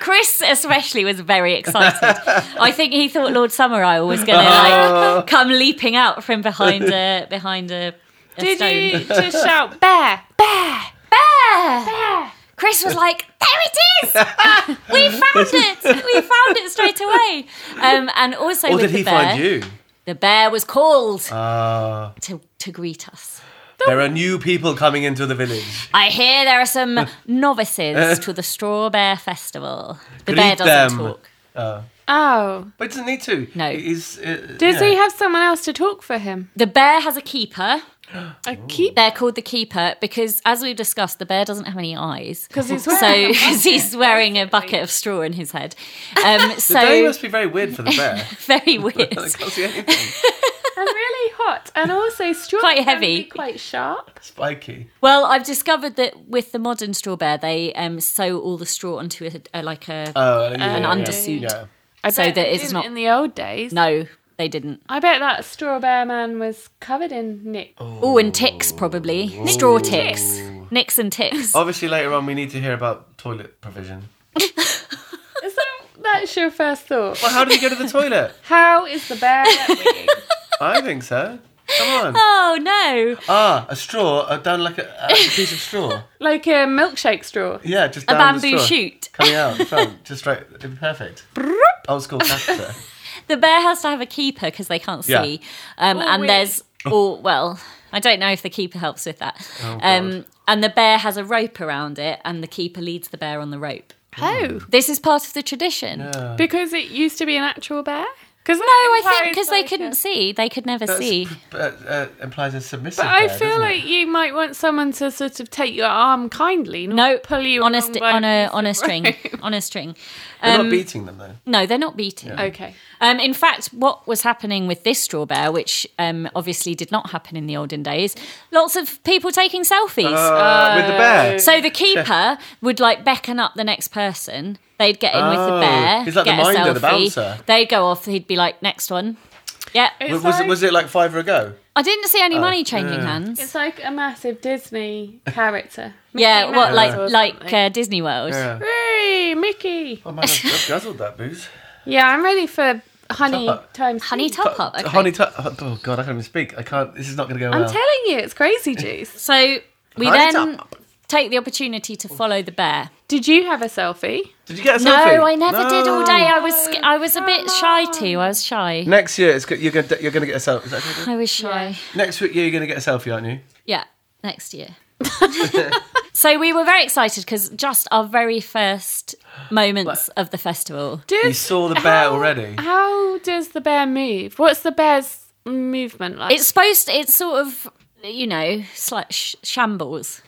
Chris especially was very excited. I think he thought Lord Samurai was going to
Oh.
like come leaping out from behind a behind a, a
Did
stone.
you just shout bear? Bear!
Bear! Chris was like, "There it is! we found it! We found it straight away!" Um, and also,
Or
with
did
the
he
bear,
find you?
The bear was called
Ah,
to, to greet us.
there are new people coming into the village.
I hear there are some novices to the Straw Bear Festival. The
Uh. Greet
bear doesn't
them.
talk.
Oh.
But he doesn't need to.
No.
He's, uh,
Does
yeah.
he have someone else to talk for him?
The bear has a keeper.
A keep?
They're called the keeper because, as we've discussed, the bear doesn't have any eyes.
Because he's
So
wearing a
because he's wearing a bucket of straw in his head, um,
The day
so
must be very weird for the bear.
very weird.
I can't see anything.
and really hot and also strong.
Quite
can be
heavy.
Quite sharp.
Spiky.
Well, I've discovered that with the modern straw bear, they um, sew all the straw onto a, a like a
Oh, yeah,
an
yeah,
undersuit.
Yeah.
I
So
bet
that
they
it's
didn't
not-
in the old days.
No, they didn't.
I bet that straw bear man was covered in nick.
Oh, and ticks probably straw ticks, nicks and ticks.
Obviously, later on, we need to hear about toilet provision.
Is that that's your first thought?
Well, how did he go to the toilet?
How is the bear? that big?
I think so. Come on.
Oh no!
Ah, a straw uh, down like a, a piece of straw.
Like a milkshake straw.
Yeah, just
A
down
bamboo
the straw.
shoot.
coming out in front, just right. Perfect. Old school catheter.
The bear has to have a keeper because they can't
Yeah.
see. Um, and
wait.
there's or well, I don't know if the keeper helps with that.
Oh,
um, and the bear has a rope around it, and the keeper leads the bear on the rope.
Oh.
This is part of the tradition.
Yeah.
Because it used to be an actual bear? Because no,
Oh, I think because they couldn't see, they could never
That's
see.
p- uh, uh, implies a submissive.
But I
bear,
feel
doesn't it?
like you might want someone to sort of take your arm kindly, not
No,
pull you
on a
along
st-
by
on a
piece
on
of
a string,
rope.
on a string.
They're
Um,
not beating them though.
no, they're not beating.
Okay.
Um, in fact, what was happening with this straw bear, which um, obviously did not happen in the olden days, lots of people taking selfies.
Uh, with the bear.
so the keeper would like beckon up the next person. They'd get in with the
Oh,
bear,
he's like the
get a
minder,
selfie.
the bouncer.
They'd go off. He'd be like, "Next one." Yeah,
It's
Was, was it
like-
was it like five ago?
I didn't see any money changing
Oh. yeah.
hands.
It's like a massive Disney character.
Yeah,
Mickey
what
Mouse
like
or
like
something.
uh, Disney World?
Yeah.
Hey, Mickey.
Oh man, I've, I've guzzled that booze.
Yeah, I'm ready for honey
Top up.
times.
Honey
two.
top up. Okay.
Honey, tu- oh god, I can't even speak. I can't. This is not going to go
I'm
well.
telling you, it's crazy juice.
So we
Honey
then
top.
take the opportunity to follow the bear.
Did you have a selfie?
Did you get a
No,
selfie?
I never did all
No.
day. I was sc- I was a bit shy too. I was shy.
Next year, it's, go- you're going to you're going to get a selfie. Is that okay?
I was shy. Yeah,
Next week, you're going to get a selfie, aren't you?
next year. so we were very excited because just our very first moments of the festival.
Does,
You saw the bear
how-
already.
How does the bear move? What's the bear's movement like?
It's supposed. It's sort of you know slight sh- shambles.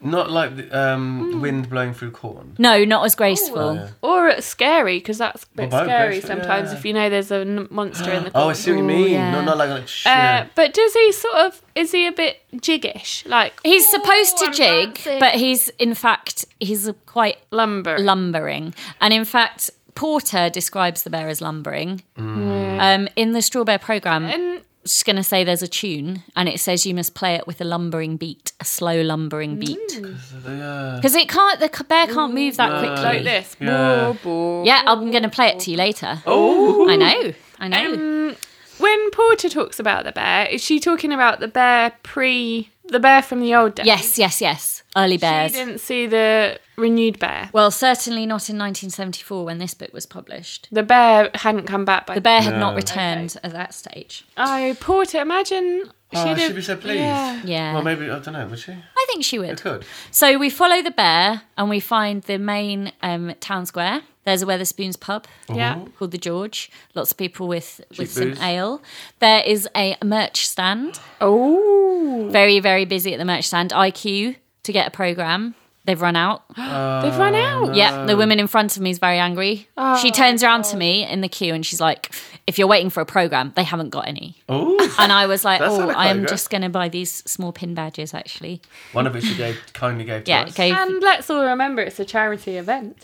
Not like the um,
Hmm.
wind blowing through corn.
No, not as graceful.
or it's scary because that's a bit
Well, both,
scary
basically,
sometimes
yeah.
if you know there's a n- monster in the
Oh, I
corner.
see what you mean.
yeah.
No, not like like.
Uh,
yeah.
But does he sort of is he a bit jiggish like
He's supposed to
Oh, I'm
jig,
dancing.
but he's in fact he's quite
lumber?
lumbering. And in fact, Porter describes the bear as lumbering. Um, in the Straw Bear program,
and
just going to say there's a tune, and it says you must play it with a lumbering beat, a slow lumbering beat,
yeah.
because it can't. The c- bear can't move that quickly.
like this.
Yeah.
Boo, boo.
Yeah, I'm going to play it to you later.
Oh.
I know. I know.
Um, When Porter talks about the bear, is she talking about the bear pre the bear from the old days?
yes, yes, yes. Early
She
bears.
didn't see the renewed bear.
Well, certainly not in 1974 when this book was published.
The bear hadn't come back by
The bear had not
No.
returned at that stage.
Oh, Porter, imagine.
Oh,
she'd
she'd
have-
be so pleased.
Yeah.
Yeah,
Well, maybe I don't know. Would she?
I think she would.
It could.
So we follow the bear and we find the main um, town square. There's a Weatherspoons pub
Oh.
Yeah.
called the George. Lots of people with with
booze.
some ale. There is a merch stand.
Oh.
Very very busy at the merch stand. IQ to get a program. They've run out.
They've run
Ah,
out.
Yeah,
Oh.
the woman in front of me is very angry. she turns around to me in the queue and she's like, "If you're waiting for a program, they haven't got any."
Oh.
And I was like,
That
"Oh,
sounded
I
quite
am
good."
just going to buy these small pin badges actually."
One of which she gave kindly gave to
Yeah,
us.
okay.
And let's all remember it's a charity event.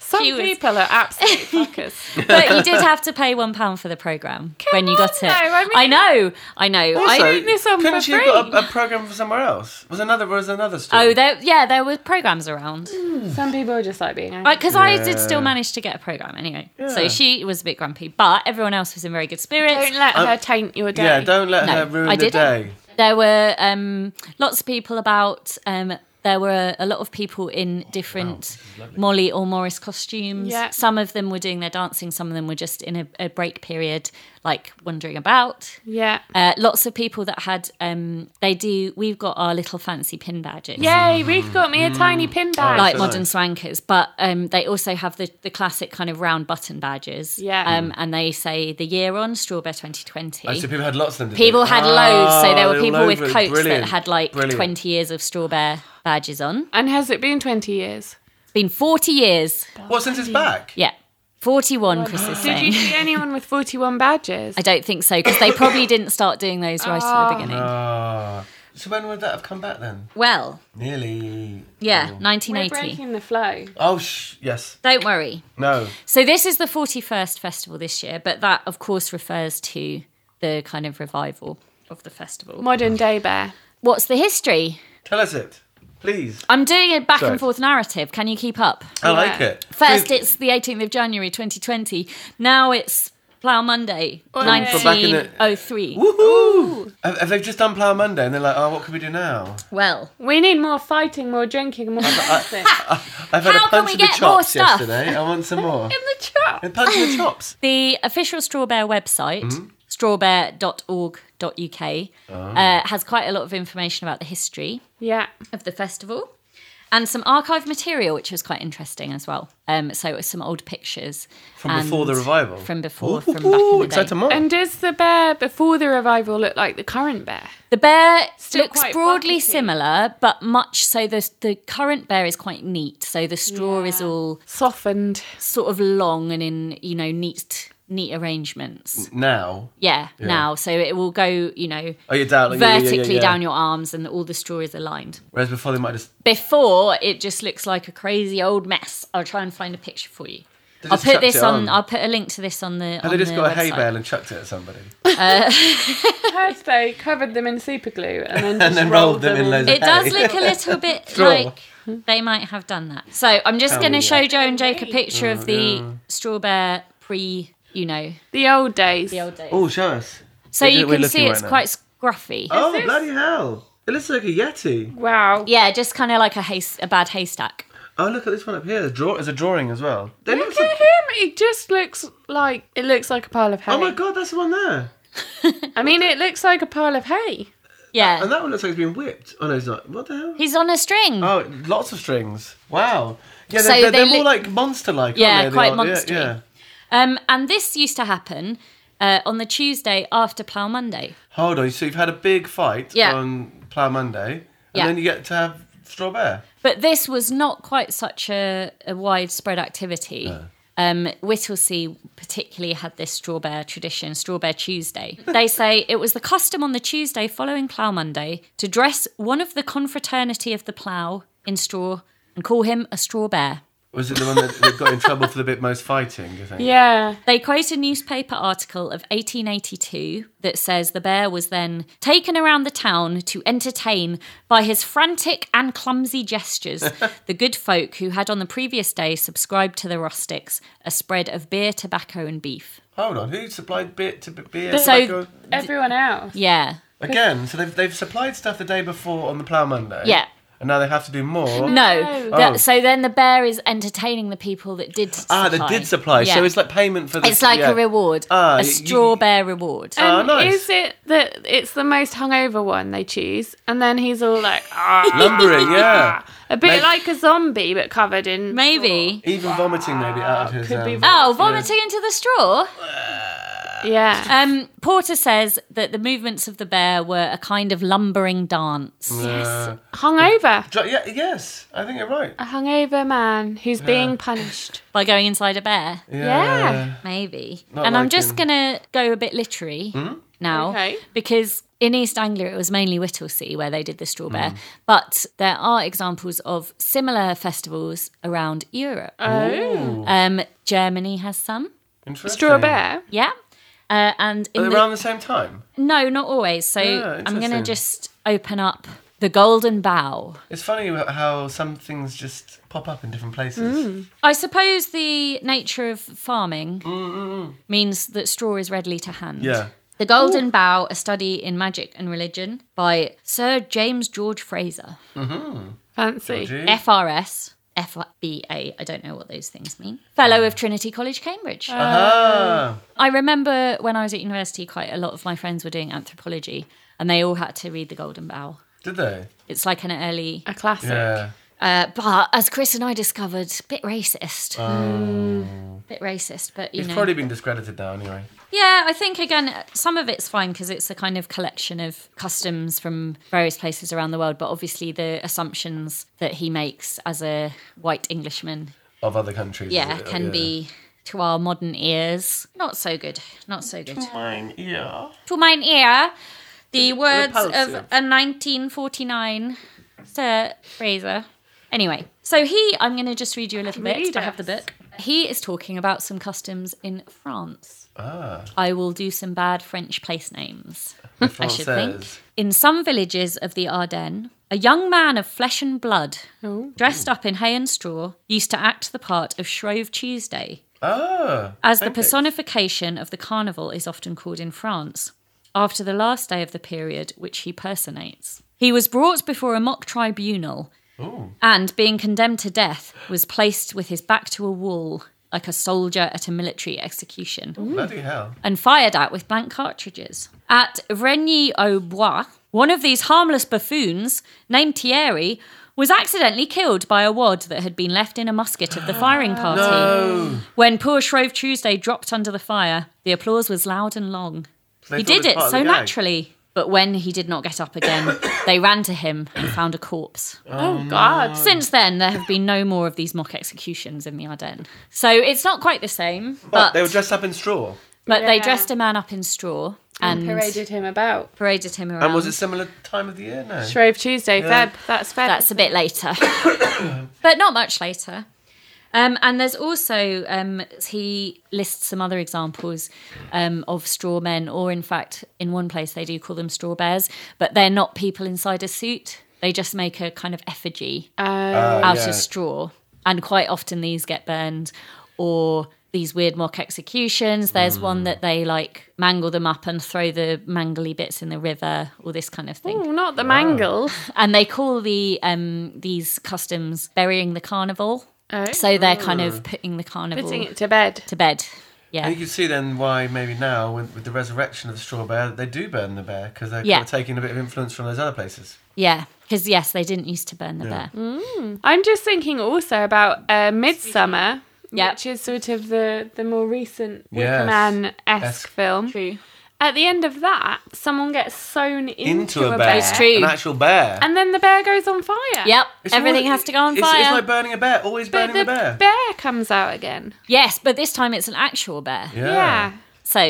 Some
She was-
people are absolute fuckers.
but you did have to pay one pound for the program when you got it.
on, though, I mean-
know, I know.
Also,
I,
doing this on
couldn't
for
she have
free.
got a, a program from somewhere else? Was another was another story?
oh, there, yeah, there were programs around
Some people are just like being angry.
because I did still manage to get a program anyway. So
Yeah.
she was a bit grumpy, but everyone else was in very good spirits.
Don't let
Um,
her taint your day.
yeah. Don't let
No,
her ruin
I
the
didn't.
day.
There were um, lots of people about. Um, there were a lot of people
Oh,
in different Molly or Morris costumes.
Yeah.
Some of them were doing their dancing. Some of them were just in a, a break period, like wandering about.
Yeah.
Uh, lots of people that had um, they do. We've got our little fancy pin badges.
Yay, Ruth got me a
Mm.
tiny pin bag.
Like
so
modern
nice.
swankers, but um, they also have the, the classic kind of round button badges.
Yeah.
Um, and they say the year on Strawberry 2020.
Oh, so people had lots of them. did
people
they?
had loads, so there
Ah,
were
they
people
all
with
over it.
coats
Brilliant.
that had like
Brilliant.
20 years of Strawberry badges on.
and has it been 20 years?
It's been 40 years.
What since it's back?
Yeah. 41, Chris is
Did
saying.
you see anyone with 41 badges?
I don't think so because they probably didn't start doing those right at the beginning.
Ah. So when would that have come back then?
Well,
Nearly.
yeah,
We're
1980.
breaking the flow.
Oh sh- yes.
Don't worry.
No.
So this is the 41st festival this year, but that of course refers to the kind of revival of the festival.
Modern day bear.
What's the history?
Tell us it, please.
I'm doing a back
Sorry.
and forth narrative. Can you keep up?
I like
Yeah.
it.
First,
Please-
it's the 18th of January 2020. Now it's Plough Monday,
yeah. From
back in the-
1903.
Woohoo! Have, have they just done Plough Monday and they're like, oh, what can we do now?
Well,
We need more fighting, more drinking, more dancing.
I've had
How can
a punch
we
in the
get more
chops
stuff?
yesterday. I want some more.
in the chop.
a punch in the chops.
the official Straw Bear website,
Mm-hmm.
strawbear.org.uk,
Ah.
uh, has quite a lot of information about the history
Yeah.
of the festival and some archive material, which was quite interesting as well. Um, so some old pictures
From before the
and
revival.
From before, from back
Ooh,
in the day.
exciting mark.
And does the bear before the revival look like the current bear?
The bear
Still
looks
quite
broadly
buckety.
similar, but much so the the current bear is quite neat. So the straw is all
Softened.
sort of long and in you know neat neat
Mm.
arrangements.
Now.
Yeah, now so it will go you know
Oh, you're down. yeah, yeah, yeah,
vertically
yeah.
down your arms and all the straw is aligned.
Whereas before they might just.
Before it just looks like a crazy old mess. I'll try and find a picture for you.
they
I'll
just
put
chucked
this
it
on. I'll put a link to this on the.
Have
on
they just
the
got a hay
website. Uh,
bale and chucked it at somebody?
Perhaps they covered them in super glue and then,
And
just
then
rolled them in.
loads
It does
Hey.
look a little bit
Straw.
like they might have done that. So I'm just going
yeah.
to show Joe and Jake a picture
Oh,
of the straw bear pre, you know,
the old days.
the old days.
Oh, show us.
so
We're-
you
we're
can
looking
see
right
it's
now.
quite scruffy.
Oh,
this-
bloody hell. It looks like a Yeti.
Wow.
Yeah, just kind of like a hayst- a bad haystack.
Oh, look at this one up here. There's, draw- there's a drawing as well. They look
Look at him. He just looks like it looks like a pile of hay.
Oh my god, that's the one there.
I mean, it looks like a pile of hay.
Yeah,
And that one looks like it's been whipped. Oh no, it's not. What the hell?
he's on a string.
Oh, lots of strings. Wow. Yeah,
So
they're,
they
they're, they're
look-
more like monster-like.
Yeah,
aren't they?
quite
They are-
monstery.
Yeah, yeah.
Um, and this used to happen uh, on the Tuesday after Plough Monday.
Hold on. So you've had a big fight
Yeah.
on Plough Monday, and
Yeah.
then you get to have straw bear.
But this was not quite such a, a widespread activity. Um, Whittlesea particularly had this straw bear tradition, Straw Bear Tuesday. They say it was the custom on the Tuesday following Plough Monday to dress one of the confraternity of the plough in straw and call him a straw bear.
Was it the one that, that got in trouble for the bit most fighting? You think?
Yeah.
They quote a newspaper article of 1882 that says the bear was then taken around the town to entertain by his frantic and clumsy gestures the good folk who had on the previous day subscribed to the rustics a spread of beer, tobacco, and beef.
Hold on. Who supplied beer to beer?
So-
tobacco?
Everyone else.
Yeah.
again, so they've, they've supplied stuff the day before on the Plough Monday.
Yeah.
And now they have to do
No.
more.
No.
that-
Oh.
so then the bear is entertaining the people that did
Ah, they did supply.
Yeah.
So it's like payment for the.
It's like
yeah.
a reward,
Ah, y-
a
y-
straw bear reward.
Ah,
And
nice.
Is it that it's the most hungover one they choose? And then he's all like, ah.
Lumbering, yeah.
A bit
Maybe-
like a zombie, but covered in.
Maybe.
Even vomiting maybe out of his.
Could be
um,
vo-
Oh, vomiting into the straw?
Yeah.
Um, Porter says that the movements of the bear were a kind of lumbering dance.
uh,
Hungover.
dr- yeah, yes, I think you're right.
A hungover man who's being punished.
By going inside a bear,
Yeah.
maybe.
Not
and I'm
like
just going
in- Hmm?
to go a bit literary now.
Okay.
Because in East Anglia, it was mainly Whittlesea where they did the straw
Hmm.
bear. But there are examples of similar festivals around Europe.
Ooh,
Um, Germany has some.
interesting.
Straw bear.
Yeah. Uh, and in
Are they
the-
around the same time?
no, not always. So
Yeah,
I'm going to
interesting.
just open up the Golden Bough.
It's funny how some things just pop up in different places.
I suppose the nature of farming means that straw is readily to hand.
Mm, Yeah.
The Golden Bough, a study in magic and religion by Sir James George Fraser,
Fancy.
Gee.
FRS, FBA, I don't know what those things mean. Fellow of Trinity College, Cambridge.
Ah,
I remember when I was at university, quite a lot of my friends were doing anthropology and they all had to read The Golden Bough.
did they?
It's like an early,
A classic.
Yeah.
uh, but as Chris and I discovered, bit racist. Bit racist, but you
Oh. It's
know.
probably been discredited now anyway.
Yeah, I think again, some of it's fine because it's a kind of collection of customs from various places around the world, but obviously the assumptions that he makes as a white Englishman,
Of other countries. Uh,
yeah,
is it?
can be to our modern ears not so good, not so good.
Mine, yeah.
To mine ear, the words of
repulsive.
a 1949 Sir Fraser. Anyway, so he, I'm going to just read you a little bit.
Read
I have the
us.
book. He is talking about some customs in France.
Ah,
I will do some bad French place names. Hmm, I should think.
Française.
In some villages of the Ardennes, a young man of flesh and blood, dressed up in hay and straw, used to act the part of Shrove Tuesday,
Ah.
as the
okay.
personification of the carnival is often called in France, after the last day of the period which he personates. He was brought before a mock tribunal and, being condemned to death, was placed with his back to a wall like a soldier at a military execution
Bloody hell.
and fired at with blank cartridges. At Regny au Bois, one of these harmless buffoons, named Thierry, was accidentally killed by a wad that had been left in a musket of the firing party.
No.
When poor Shrove Tuesday dropped under the fire, the applause was loud and long.
They
he
thought
did
was
it
part of
so
the gag.
naturally. But when he did not get up again, they ran to him and found a corpse.
Oh, God.
Since then, there have been no more of these mock executions in the Ardennes. So it's not quite the same, but,
They were dressed up in straw.
but they
Yeah.
dressed a man up in straw and,
And paraded him about.
paraded him around.
And was it similar time of the year? No.
Shrove Tuesday,
Yeah.
Feb. That's Feb.
That's a bit later, but not much later. Um, and there's also um, he lists some other examples um, of straw men, or in fact, in one place they do call them straw bears, but they're not people inside a suit. They just make a kind of effigy
Uh,
out
yeah.
of straw, and quite often these get burned, or these weird mock executions. There's
Mm.
one that they like mangle them up and throw the mangly bits in the river, or this kind of
Uh,
thing
oh, not the mangle.
and they call the um these customs burying the carnival.
Oh.
So they're kind of putting the carnival
Putting it to bed.
to bed.
And
Yeah.
Mm. you can see then why maybe now with, with the resurrection of the straw bear they do burn the bear because they're
Yeah.
kind of taking a bit of influence from those other places.
Yeah. Because yes, they didn't used to burn the bear.
Mm.
I'm just thinking also about uh, Midsummer,
Yep.
which is sort of the, the more recent
Yes.
Wicker esque
Esque.
film.
True.
At the end of that, someone gets sewn into,
Into a bear,
It's true.
an actual bear.
and then the bear goes on fire.
Yep.
It's
Everything
always-
has to go on
it's,
fire.
It's like burning a bear. Always
But
burning
the
a bear.
comes out again.
yes, but this time it's an actual bear.
Yeah.
Yeah.
So,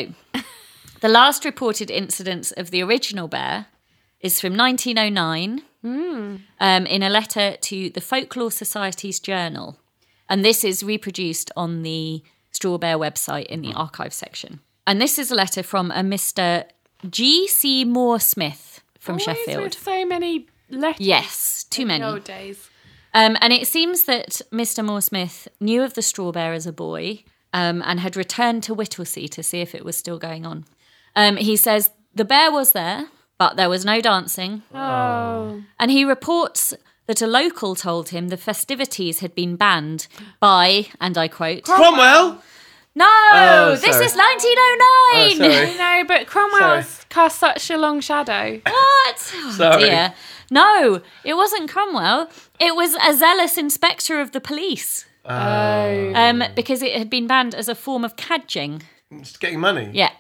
the last reported incidents of the original bear is from 1909 um, in a letter to the Folklore Society's Journal. And this is reproduced on the Straw Bear website in the archive section. And this is a letter from a Mr. G.C. Moore Smith from
Always
Sheffield.
With so many letters.
Yes, too
in
many.
The old days.
Um, and it seems that Mr. Moore Smith knew of the straw bear as a boy um, and had returned to Whittlesea to see if it was still going on. Um, he says the bear was there, but there was no dancing.
Oh.
And he reports that a local told him the festivities had been banned by, and I quote,
Cromwell.
No,
Oh,
this
sorry.
is 1909.
Oh,
I know, but Cromwell's cast such a long shadow.
Uh,
What? Oh,
Sorry.
dear. No, it wasn't Cromwell. It was a zealous inspector of the police.
Oh.
Um, because it had been banned as a form of cadging.
Just getting money.
Yeah.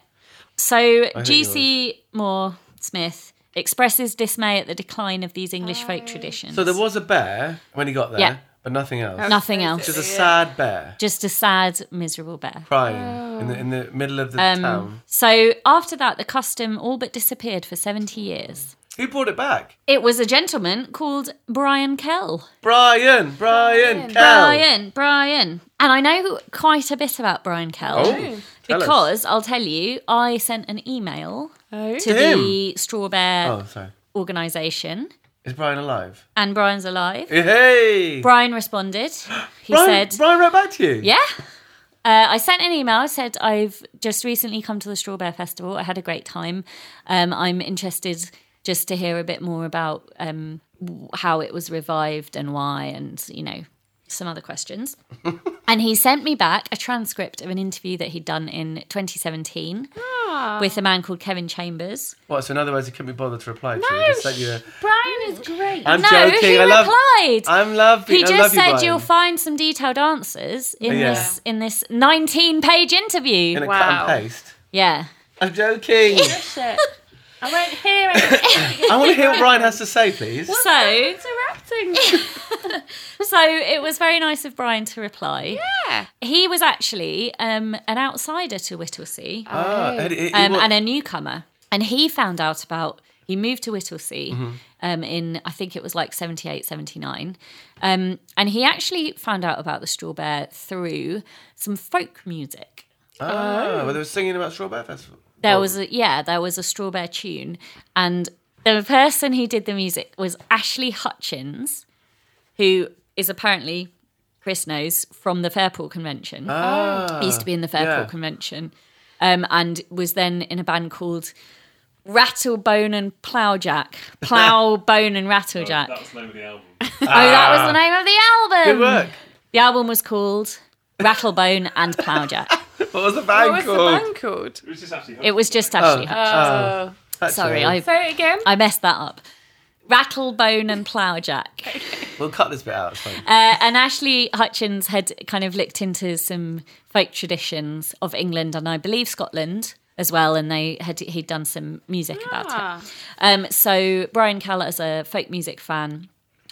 So
think
G.C. Moore Smith expresses dismay at the decline of these English folk traditions.
So there was a bear when he got there,
Yeah.
but nothing else.
Nothing else.
Just
Just
a sad bear
a sad, miserable bear.
crying in
Oh.
the in the middle of the
Um,
town.
So after that, the custom all but disappeared for 70 years.
Who brought it back?
It was a gentleman called Brian Kell.
Brian. Brian. Brian.
Brian, Brian. And I know quite a bit about Brian Kell.
Oh, tell us.
because I'll tell you, I sent an email
Oh.
to
Him.
the Straw Bear
Oh, sorry.
organisation,
Is Brian alive?
and Brian's alive.
Hey.
Brian responded. He
Brian,
said,
Brian wrote back to you.
Yeah. Uh, I sent an email. I said, I've just recently come to the Straw Bear Festival. I had a great time. Um, I'm interested just to hear a bit more about um, w- how it was revived and why, and, you know, some other questions. and he sent me back a transcript of an interview that he'd done in 2017
Ah.
with a man called Kevin Chambers.
What? So in other words, he couldn't be bothered to reply to you. Just sent you. A,
Brian is great.
I'm
no,
joking.
he
I love.
replied.
I'm loving.
He
I love
just
you,
said
Brian.
you'll find some detailed answers in
Yeah.
this in this 19 page interview.
in a
Wow.
cut and paste.
yeah.
I'm joking.
I won't hear it.
I want to hear what Brian has to say, please.
So
interrupting.
so it was very nice of Brian to reply.
Yeah.
He was actually um, an outsider to
Oh,
Whittlesea
Ah, and he- he
um,
wa-
and a newcomer, and he found out about. He moved to Whittlesea
Mm-hmm.
um, in, I think it was like 78, 79. Um, and he actually found out about the straw bear through some folk music.
ah, well, they were singing about Strawberry Festival.
there
Oh,
was a yeah there was a straw bear tune and the person who did the music was ashley hutchins who is apparently Chris knows, from the Fairport Convention.
Ah,
He used to be in the Fairport
yeah.
Convention, um, and was then in a band called Rattlebone and Plowjack. Plow, Bone and Rattlejack.
That was the name of the album.
Oh, that was the name of the album.
ah. Good work.
The album was called Rattlebone and Plowjack.
What was the band
What was
called?
Oh, the band called?
It was just actually.
It was
Oh.
just Ashley. Hutch.
Uh,
Actually,
Sorry, I
say it again.
I messed that up. Rattlebone and Plowjack.
we'll cut this bit out. It's fine.
Uh, and Ashley Hutchins had kind of looked into some folk traditions of England and I believe Scotland as well, and they had he'd done some music
Ah.
Ah.
about it. Um, so Brian Callett, as a folk music fan,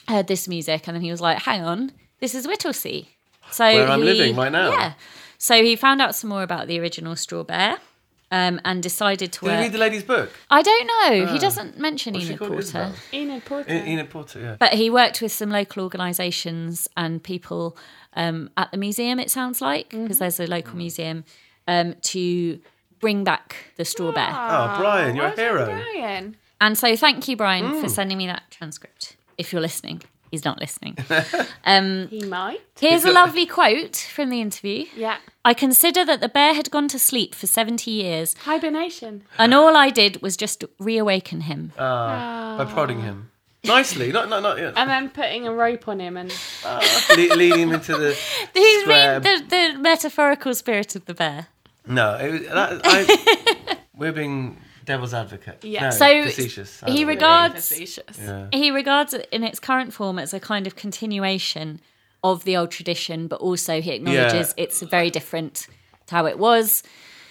heard this music and then he was like, "Hang on, this is Whittlesea." So
Where I'm
he-
living right now.
Yeah. So he found out some more about the original Straw Bear. Um, and decided to
Did you
work.
read the lady's book?
I don't know. he doesn't mention
What's she
Enid
called?
Porter.
Isabel?
Enid Porter.
I- Enid Porter, yeah.
But he worked with some local organisations and people um, at the museum, it sounds like, because there's a local museum, um, to bring back the straw bear.
Oh, Brian, you're a
Well done,
hero.
Brian.
And so thank you, Brian, for sending me that transcript. If you're listening, he's not listening. um,
He might.
here's a lovely quote from the interview.
Yeah.
I consider that the bear had gone to sleep for 70 years,
Hibernation.
and all I did was just reawaken him.
By prodding him. Nicely, not not not yeah.
Ah. And then putting a rope on him and
Le- leading him into the
Who's
square.
mean the, the metaphorical spirit of the bear?
No, it was, that, I, we're being devil's advocate. No,
Yeah.
So,
facetious. I
he
don't know.
regards-
facetious.
Yeah.
he regards it in its current form as a kind of continuation of the old tradition, but also he acknowledges it's very different to how it was.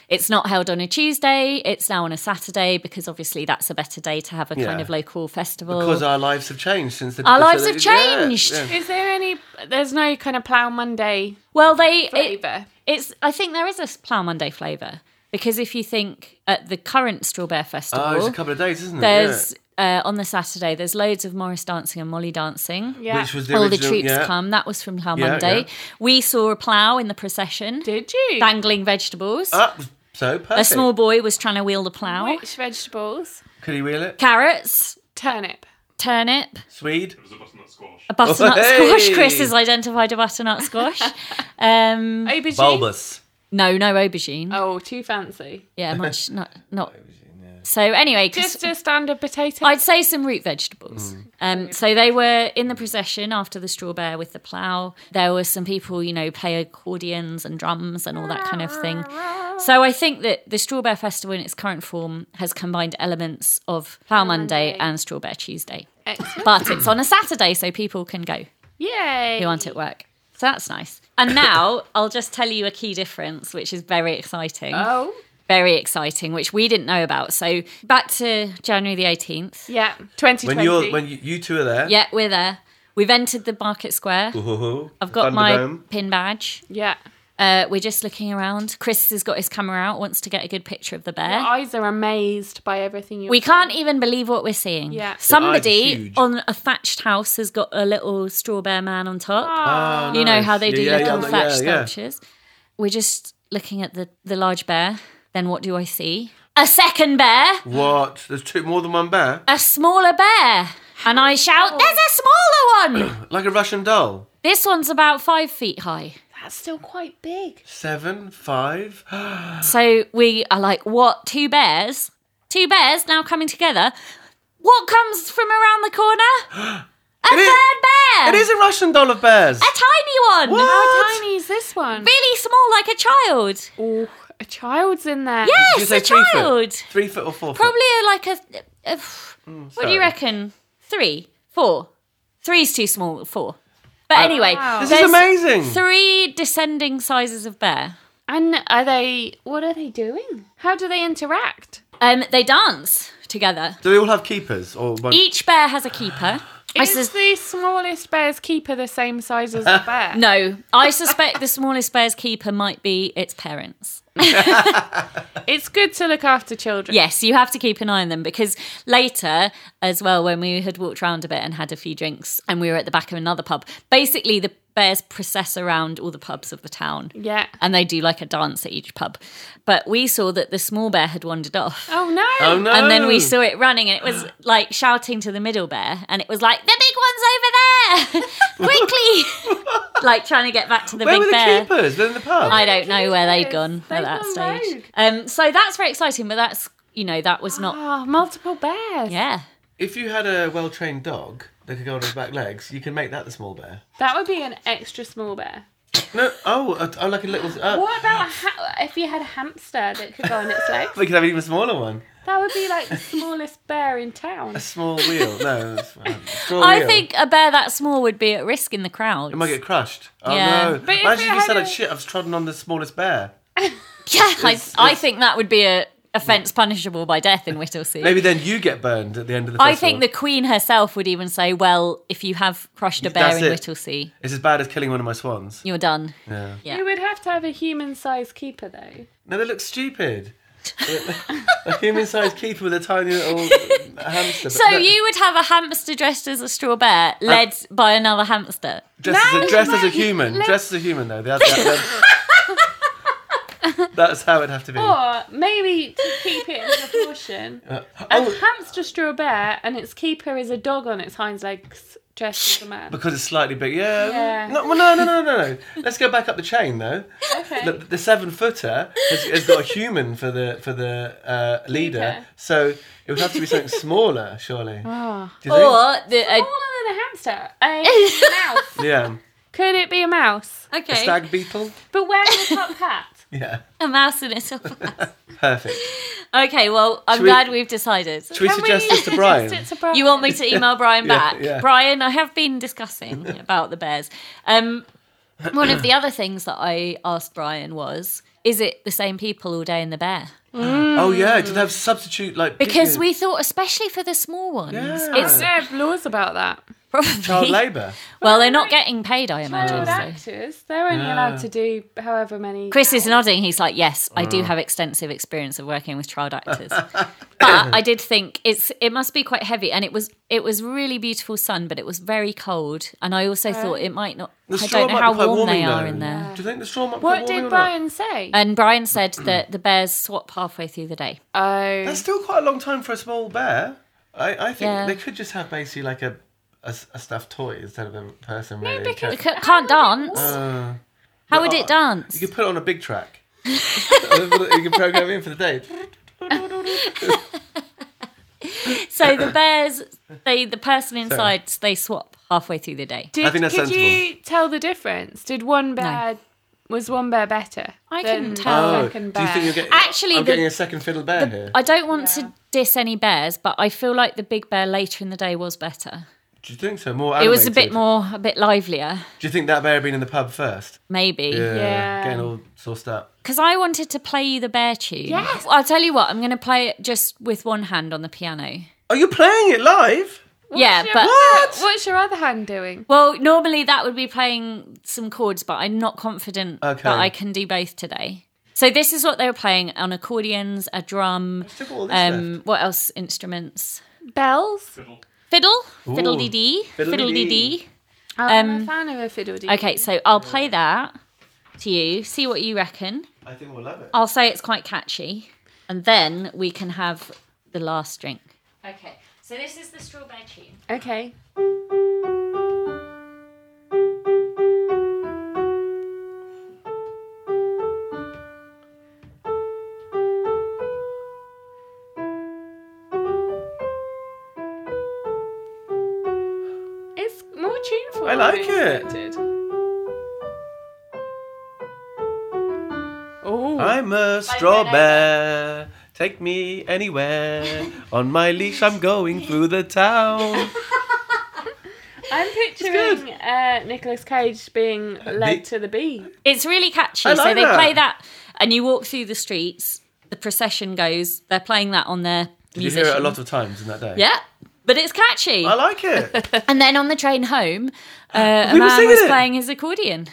It's not held on a Tuesday, it's now on a Saturday because obviously that's a better day to have a kind
Yeah.
of local festival.
Because our lives have changed since the.
Our
so
lives
that-
have
yeah,
changed.
yeah.
Is there any? There's no kind of plough Monday
well, they it,
flavour.
it's I think there is a Plough Monday flavour because if you think at the current Straw Bear Festival,
Oh, it's a couple of days, isn't it? Yeah.
there's uh, on the Saturday there's loads of Morris dancing and Molly dancing.
Yeah.
Which was the
All the
original,
troops
yeah.
come. That was from Plough
Yeah,
Monday.
yeah.
We saw a plough in the procession.
Did you?
dangling vegetables.
Ah, so perfect.
a small boy was trying to wheel the plough.
Which vegetables?
Could he wheel it?
Carrots,
Turnip.
turnip,
Swede.
It was a butternut squash.
a butternut
Oh, Hey!
squash. Chris has identified a butternut squash. um,
Aubergine.
Bulbous.
no, no aubergine.
Oh, too fancy.
Yeah, much not not. So anyway, 'cause
Just a standard potato.
I'd say some root vegetables. Um, so they were in the procession after the straw bear with the plough. There were some people, you know, play accordions and drums and all that kind of thing. So I think that the Straw Bear Festival in its current form has combined elements of Plough Monday and Straw Bear Tuesday.
Excellent.
But it's on a Saturday, so people can go
Yay.
who aren't at work. So that's nice. And now I'll just tell you a key difference, which is very exciting.
Oh.
Very exciting, which we didn't know about. So back to January the 18th.
Yeah. 2020.
When you're when you, you two are there.
Yeah, we're there. We've entered the market square.
Ooh,
I've got my
Thunderdome.
pin badge.
yeah.
Uh, we're just looking around. Chris has got his camera out, wants to get a good picture of the bear.
Your eyes are amazed by everything you.
Eh? we can't even believe what we're seeing.
Yeah. The
eyes are
Somebody
huge.
on a thatched house has got a little straw bear man on top.
Ah,
You know
nice.
how they
Yeah,
do
yeah, yeah,
little
yeah,
thatched
yeah.
sculptures. We're just looking at the, the large bear. Then what do I see? A second bear,
What? There's two more than one bear.
a smaller bear. And I shout, There's a smaller one!
Like a Russian doll.
this one's about five feet high.
That's still quite big.
Seven, five.
So we are like, what? Two bears? Two bears now coming together. What comes from around the corner? A
It is-
third bear!
It is a Russian doll of bears.
a tiny one!
What?
How tiny is this one?
Really small, like a child.
Oh, a child's in there.
Did you
Yes,
say
a
three foot?
child.
Three foot or four
Probably like a. a- what do
sorry.
you reckon? Three? Four? Three's too small. Four. But anyway,
Wow.
foot. Uh, This
there's
is amazing.
Three descending sizes of bear.
And are they? What are they doing? How do they interact?
Um, they dance together.
Do they all have keepers or one?
Each bear has a keeper. I
Is
sus-
the smallest bear's keeper the same size as the bear?
No, I suspect the smallest bear's keeper might be its parents.
It's good to look after children.
Yes, you have to keep an eye on them because later, as well, when we had walked round a bit and had a few drinks and we were at the back of another pub, basically the bears process around all the pubs of the town.
Yeah.
And they do like a dance at each pub. But we saw that the small bear had wandered off.
Oh no.
Oh no!
And then we saw it running, and it was like shouting to the middle bear, and it was like, "The big one's over there, quickly!" like trying to get back to the
Where
big
were the
bear.
keepers? They're in the pub.
I don't know where they'd gone
They've
at that
gone
stage.
rogue.
Um, so that's very exciting, but that's you know that was not.
Ah, multiple bears.
Yeah,
If you had a well-trained dog that could go on his back legs, you can make that the small bear.
That would be an extra small bear.
No, oh, uh, oh like a little. Uh,
What about a ha- if you had a hamster that could go on its legs?
We could have an even smaller one.
That would be like the smallest bear in town.
A small wheel. No, it's fine. A small
I
wheel.
think a bear that small would be at risk in the crowd.
It might get crushed. Oh
Yeah.
no!
But if
Imagine
it
if you said,
had a-
like, "Shit, I've trodden on the smallest bear."
yeah, I, I think that would be a offence punishable by death in Whittlesea.
Maybe then you get burned at the end of the. Festival.
I think the Queen herself would even say, "Well, if you have crushed a bear
That's
in
it.
Whittlesea,
it's as bad as killing one of my swans.
you're done."
Yeah.
Yeah.
You would have to have a human-sized keeper though.
No, they look stupid. a human-sized keeper with a tiny little hamster.
So you would have a hamster dressed as a straw bear,
Uh,
led by another hamster.
dressed, as,
No,
a, dressed as a
wait,
human,
let's-
dressed as a human though. They had- that- that's how it'd have to be.
Or maybe to keep it in proportion,
Uh,
a
oh,
hamster straw bear and its keeper is a dog on its hind legs dressed as a man.
because it's slightly big. Yeah.
Yeah.
No, well, no, no, no, no, no. Let's go back up the chain though.
Okay.
Look, the seven footer has, has got a human for the for the uh, leader,
Leader.
so it would have to be something smaller, surely.
Ah.
Do you think?
Or the
Smaller
uh,
than a hamster. A mouse.
yeah,
Could it be a mouse?
a
okay,
stag beetle.
But wearing a top hat.
Yeah,
a mouse in a top hat.
perfect.
Okay, well, I'm
Should we-
glad we, have decided.
Should we
Can
suggest
we
this to Brian?
suggest it to Brian?
You want me to email Brian
Yeah,
back?
yeah.
Brian, I have been discussing about the bears. Um, one of the other things that I asked Brian was, is it the same people all day in the bear?
Oh yeah, to have substitute like
Hmm. Because
people-
we thought, especially for the small ones,
Yeah.
Is
it's
there laws about that?
probably
child labour.
well, they're not getting paid, I imagine.
Child
So.
actors, they're only
Yeah.
allowed to do however many.
Chris is nodding. He's like, "Yes, I
Mm.
do have extensive experience of working with child actors." but I did think it's it must be quite heavy, and it was it was really beautiful sun, but it was very cold, and I also thought it might not.
The
I
straw
don't know
might
how
be quite
warm they
warming,
are
though.
in there.
Do you think the straw might be
What
quite warming or
did
not?
Brian say?
And Brian said that the bears swap halfway through the day.
oh,
That's still quite a long time for a small bear. I, I think
Yeah.
they could just have basically like a a, s- a stuffed toy instead of a person. really
because-
It
Ca-
c- can't dance.
Uh,
how would
but
it
I-
dance?
You could put it on a big track. you can program in for the day.
so the bears, they the person inside, they swap halfway through the day.
did,
I think that's
could
sensible.
you tell the difference? Did one bear was one bear better?
I
than
couldn't
the
tell.
Oh, do
second
you
bear?
think you're getting?
Actually,
I'm
the-
getting a second fiddle bear here.
I don't want to diss any bears, but I feel like the big bear later in the day was better.
Do you think so? More.
It was a bit
animated?
more, a bit livelier,
Do you think that bear had been in the pub first?
maybe.
Yeah.
Getting all sauced up.
Because I wanted to play you the bear tune.
Yes.
I'll tell you what, I'm going to play it just with one hand on the piano.
Are you playing it live?
yeah,
What's your-
but.
What?
What's your other hand doing?
Well, normally that would be playing some chords, but I'm not confident
Okay.
that I can do both today. So this is what they were playing on accordions, a drum,
Still got all this
um, what else? Instruments,
Bells.
Fiddle.
fiddle, fiddle dee dee, fiddle dee dee.
Oh, I'm a fan of a fiddle. dee.
Um, Okay, so I'll play that to you. See what you reckon.
I think we'll love it.
I'll say it's quite catchy, and then we can have the last drink. Okay, so this is the strawberry tune.
Okay. It's more
I
tuneful. than
like it.
expected. Oh,
I'm a straw bear. Take me anywhere. On my leash, I'm going through the town.
I'm picturing uh, Nicolas Cage being led
the-
to the bee.
It's really catchy.
I
so
like
they
that.
play that, and you walk through the streets. The procession goes. They're playing that on their
You
music.
hear it a lot of times in that day.
Yeah, but it's catchy.
I like it.
and then on the train home, uh, a
We were
man
singing
was
it.
playing his accordion.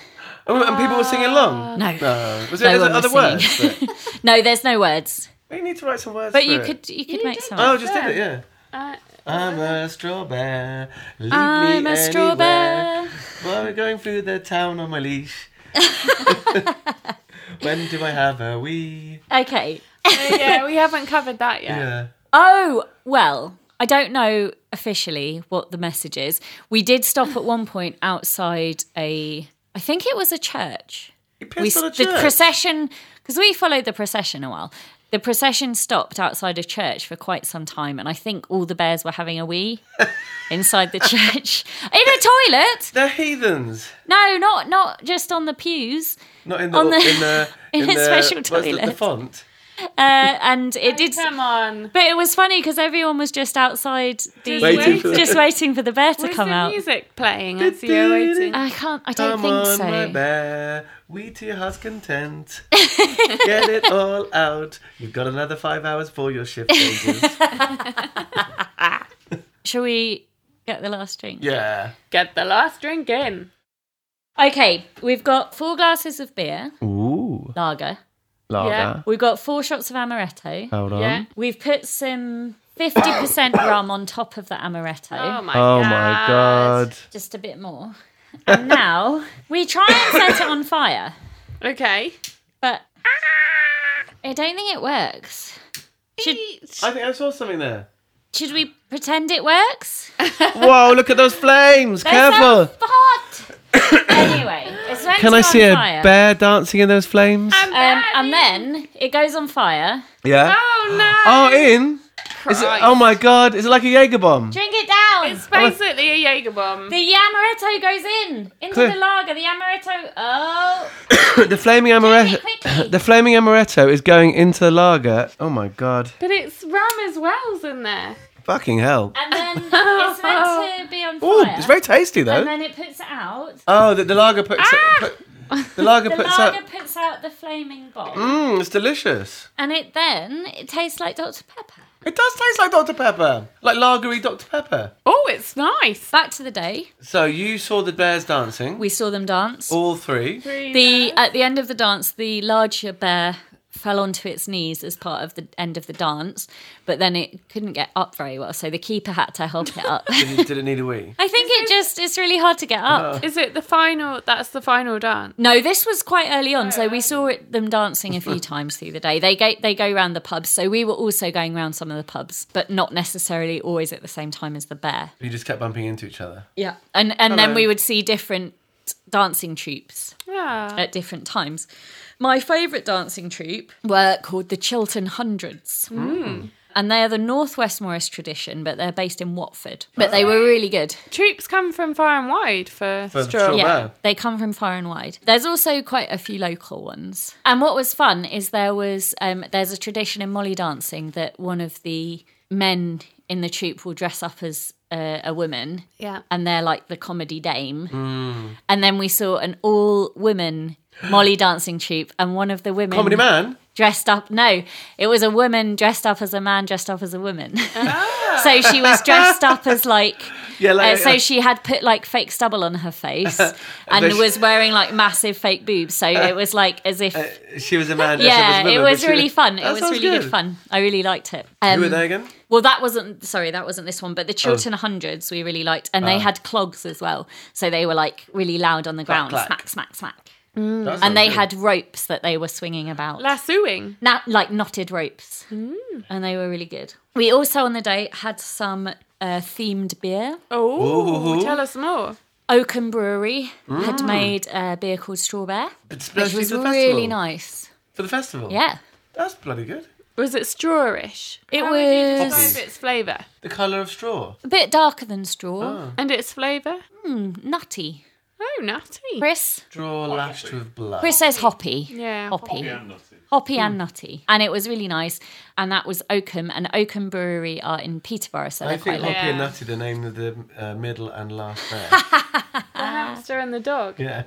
Oh, and people were singing along.
No.
No,
Uh, No
was there, is
one
there other
was
words?
singing.
But-
No, there's no words.
we need to write some words.
But
for
you
it.
could you could
You
make
did.
some.
Oh, just did it, yeah.
Uh,
I'm a strawberry. Leave
I'm
me
a
anywhere.
strawberry.
Well, we're going through the town on my leash. when do I have a wee?
Okay.
yeah, we haven't covered that yet.
Yeah.
Oh, well, I don't know officially what the message is. We did stop at one point outside a I think it was a church.
You
We,
pissed on a
the
church.
procession because we followed the procession a while. The procession stopped outside a church for quite some time, and I think all the bears were having a wee inside the church in a toilet.
They're heathens.
No, not not just on the pews.
Not in the
On the-
in the
in a
the,
special
what's the- The,
toilet.
font.
Uh, and it did.
Come on.
But it was funny because everyone was just outside the
Waiting
waiting
for-
just waiting for the bear to
Where's
come
the
out.
music playing as you're waiting?
I can't. I don't
Come on,
think so.
my bear, we to your heart's content. Get it all out. You've got another five hours for your shift changes.
Shall we get the last drink?
yeah.
Get the last drink in.
Okay, we've got four glasses of beer,
Ooh,
lager.
lager.
Yeah.
We've got four shots of amaretto.
Hold on.
Yeah.
We've put some fifty percent rum on top of the amaretto,
Oh my
Oh
god.
my god.
just a bit more. And now we try and set it on fire,
Okay.
but I don't think it works. Should
I think I saw something there.
should we pretend it works?
Whoa, look at those flames.
There's
Careful.
a spot. anyway, it's meant
Can
to
I
go
see
on
a
fire.
bear dancing in those flames?
Um,
Um, and then it goes on fire.
yeah.
Oh no.
Oh, in? Is it, oh my god, is it like a Jaeger bomb?
Drink it down.
It's basically a Jaeger bomb.
the amaretto goes in into
Clear.
the lager. The amaretto. Oh,
the flaming
Drink it quickly.
amaretto Uh, The flaming amaretto is going into the lager. Oh my god.
But it's rum as well's in there.
Fucking hell.
and then it's meant to be on fire.
Oh, it's very tasty
and
though.
then it puts it out.
Oh, the, the lager puts, put- the lager
Ah! The
puts
lager
up.
puts out the flaming bomb,
Mmm, it's delicious.
and it then it tastes like Dr Pepper.
It does taste like Dr Pepper, like lagery Dr Pepper.
Oh, it's nice.
Back to the day.
So you saw the bears dancing,
We saw them dance.
all three.
The at the end of the dance, the larger bear fell onto its knees as part of the end of the dance, but then it couldn't get up very well, so the keeper had to help it up. I
Did it, did it need a wee?
think it just it's really hard to get up.
Is it the final? That's the final dance.
No, this was quite early on, so we saw it, them dancing a few times through the day. They go they go round the pubs, so we were also going round some of the pubs, but not necessarily always at the same time as the bear.
You just kept bumping into each other.
Yeah, and and then
Hello.
we would see different dancing troupes.
Yeah.
at different times. My favourite dancing troupe were called the Chiltern Hundreds. And they are the North West Morris tradition, but they're based in Watford. But they were really good.
Troops come from far and wide for,
For
straw.
straw.
Yeah,
Oh, wow.
they come from far and wide. There's also quite a few local ones. And what was fun is there was um, there's a tradition in Molly dancing that one of the men in the troupe will dress up as a, a woman
Yeah.
and they're like the comedy dame.
Hmm.
And then we saw an all women Molly dancing troupe, and one of the women
Comedy man.
dressed up. No, it was a woman dressed up as a man, dressed up as a woman.
Ah.
so she was dressed up as like.
Yeah,
uh,
like
so she had put like fake stubble on her face and
But she-
was wearing like massive fake boobs. So it was like as if,
she was a man. dressed up as a
yeah,
woman,
it
but
was
she-
really fun. It
That
was
sounds
really good. fun. I really liked it.
You
Um,
were Oh. there again?
well, that wasn't sorry, that wasn't this one, but the Chiltern Hundreds we really liked, and
Ah.
they had clogs as well, so they were like really loud on the ground,
Oh, clack.
smack, smack, smack,
That
Mm.
sounds
and they
good.
had ropes that they were swinging about,
Lassoing.
Na- like knotted ropes,
Hmm.
and they were really good. We also on the day had some uh, themed beer.
Oh, tell us more.
Oakham Brewery had made a beer called Strawbear,
But
which
especially
was
for the
really
Mm. festival.
nice.
For the festival?
Yeah,
That's bloody good.
Was it strawish?
It
How would you
was-
describe its flavour?
The colour of straw.
a bit darker than straw,
Ah.
And its flavour?
nutty.
Oh, nutty.
Chris,
Straw lashed with blood.
Chris says hoppy.
Yeah,
hoppy.
Yeah, nothing.
hoppy and
Hmm.
nutty. And it was really nice. And that was Oakham, and Oakham Brewery are in Peterborough, so
I
they're
think
quite
Hoppy
local.
Yeah.
and Nutty, the name of the uh, middle and last bear.
the hamster and the dog.
yeah.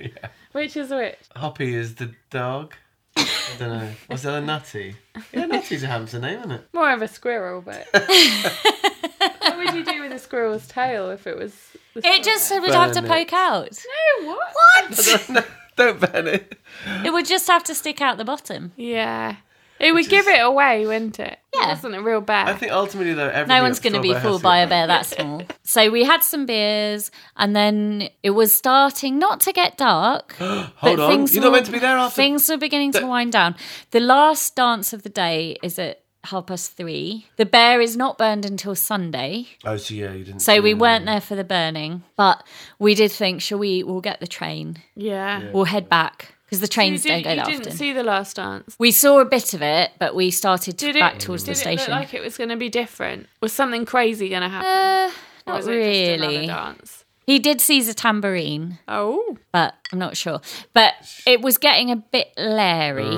yeah.
Which is which?
Hoppy is the dog. I don't know. Was that a Nutty? Yeah, Nutty's a hamster name, isn't it?
More of a squirrel, but. what would you do with a squirrel's tail if it was. The
It just would have to
Burn it.
poke out.
squirrel. No, what? What?
no, don't burn it.
It would just have to stick out the bottom.
Yeah. It would give it away, wouldn't it?
Yeah.
It wasn't a real bear.
I think ultimately though, everything
No one's
at
going to be
Strawberry
fooled
Hill
by a
Supermarket-
bear that small. So we had some beers, and then it was starting not to get dark.
Hold
but
on,
things
you're not
were-
meant to be there after.
Things were beginning to wind down. The last dance of the day is at half past three. The bear is not burned until Sunday.
Oh, so yeah, you didn't.
So we
Hmm.
Mm.
weren't there for the burning, but we did think, shall we? We'll get the train.
yeah.
We'll head back because the trains
you
don't
did,
go
you
that
didn't
often.
see the last dance.
we saw a bit of it, but we started to
Did it-
back towards the
Did it look
station.
like it was going to be different? Was something crazy going to happen?
uh,
or
not
was it just another
really.
dance?
He did seize a tambourine,
Oh.
but I'm not sure. But it was getting a bit leery,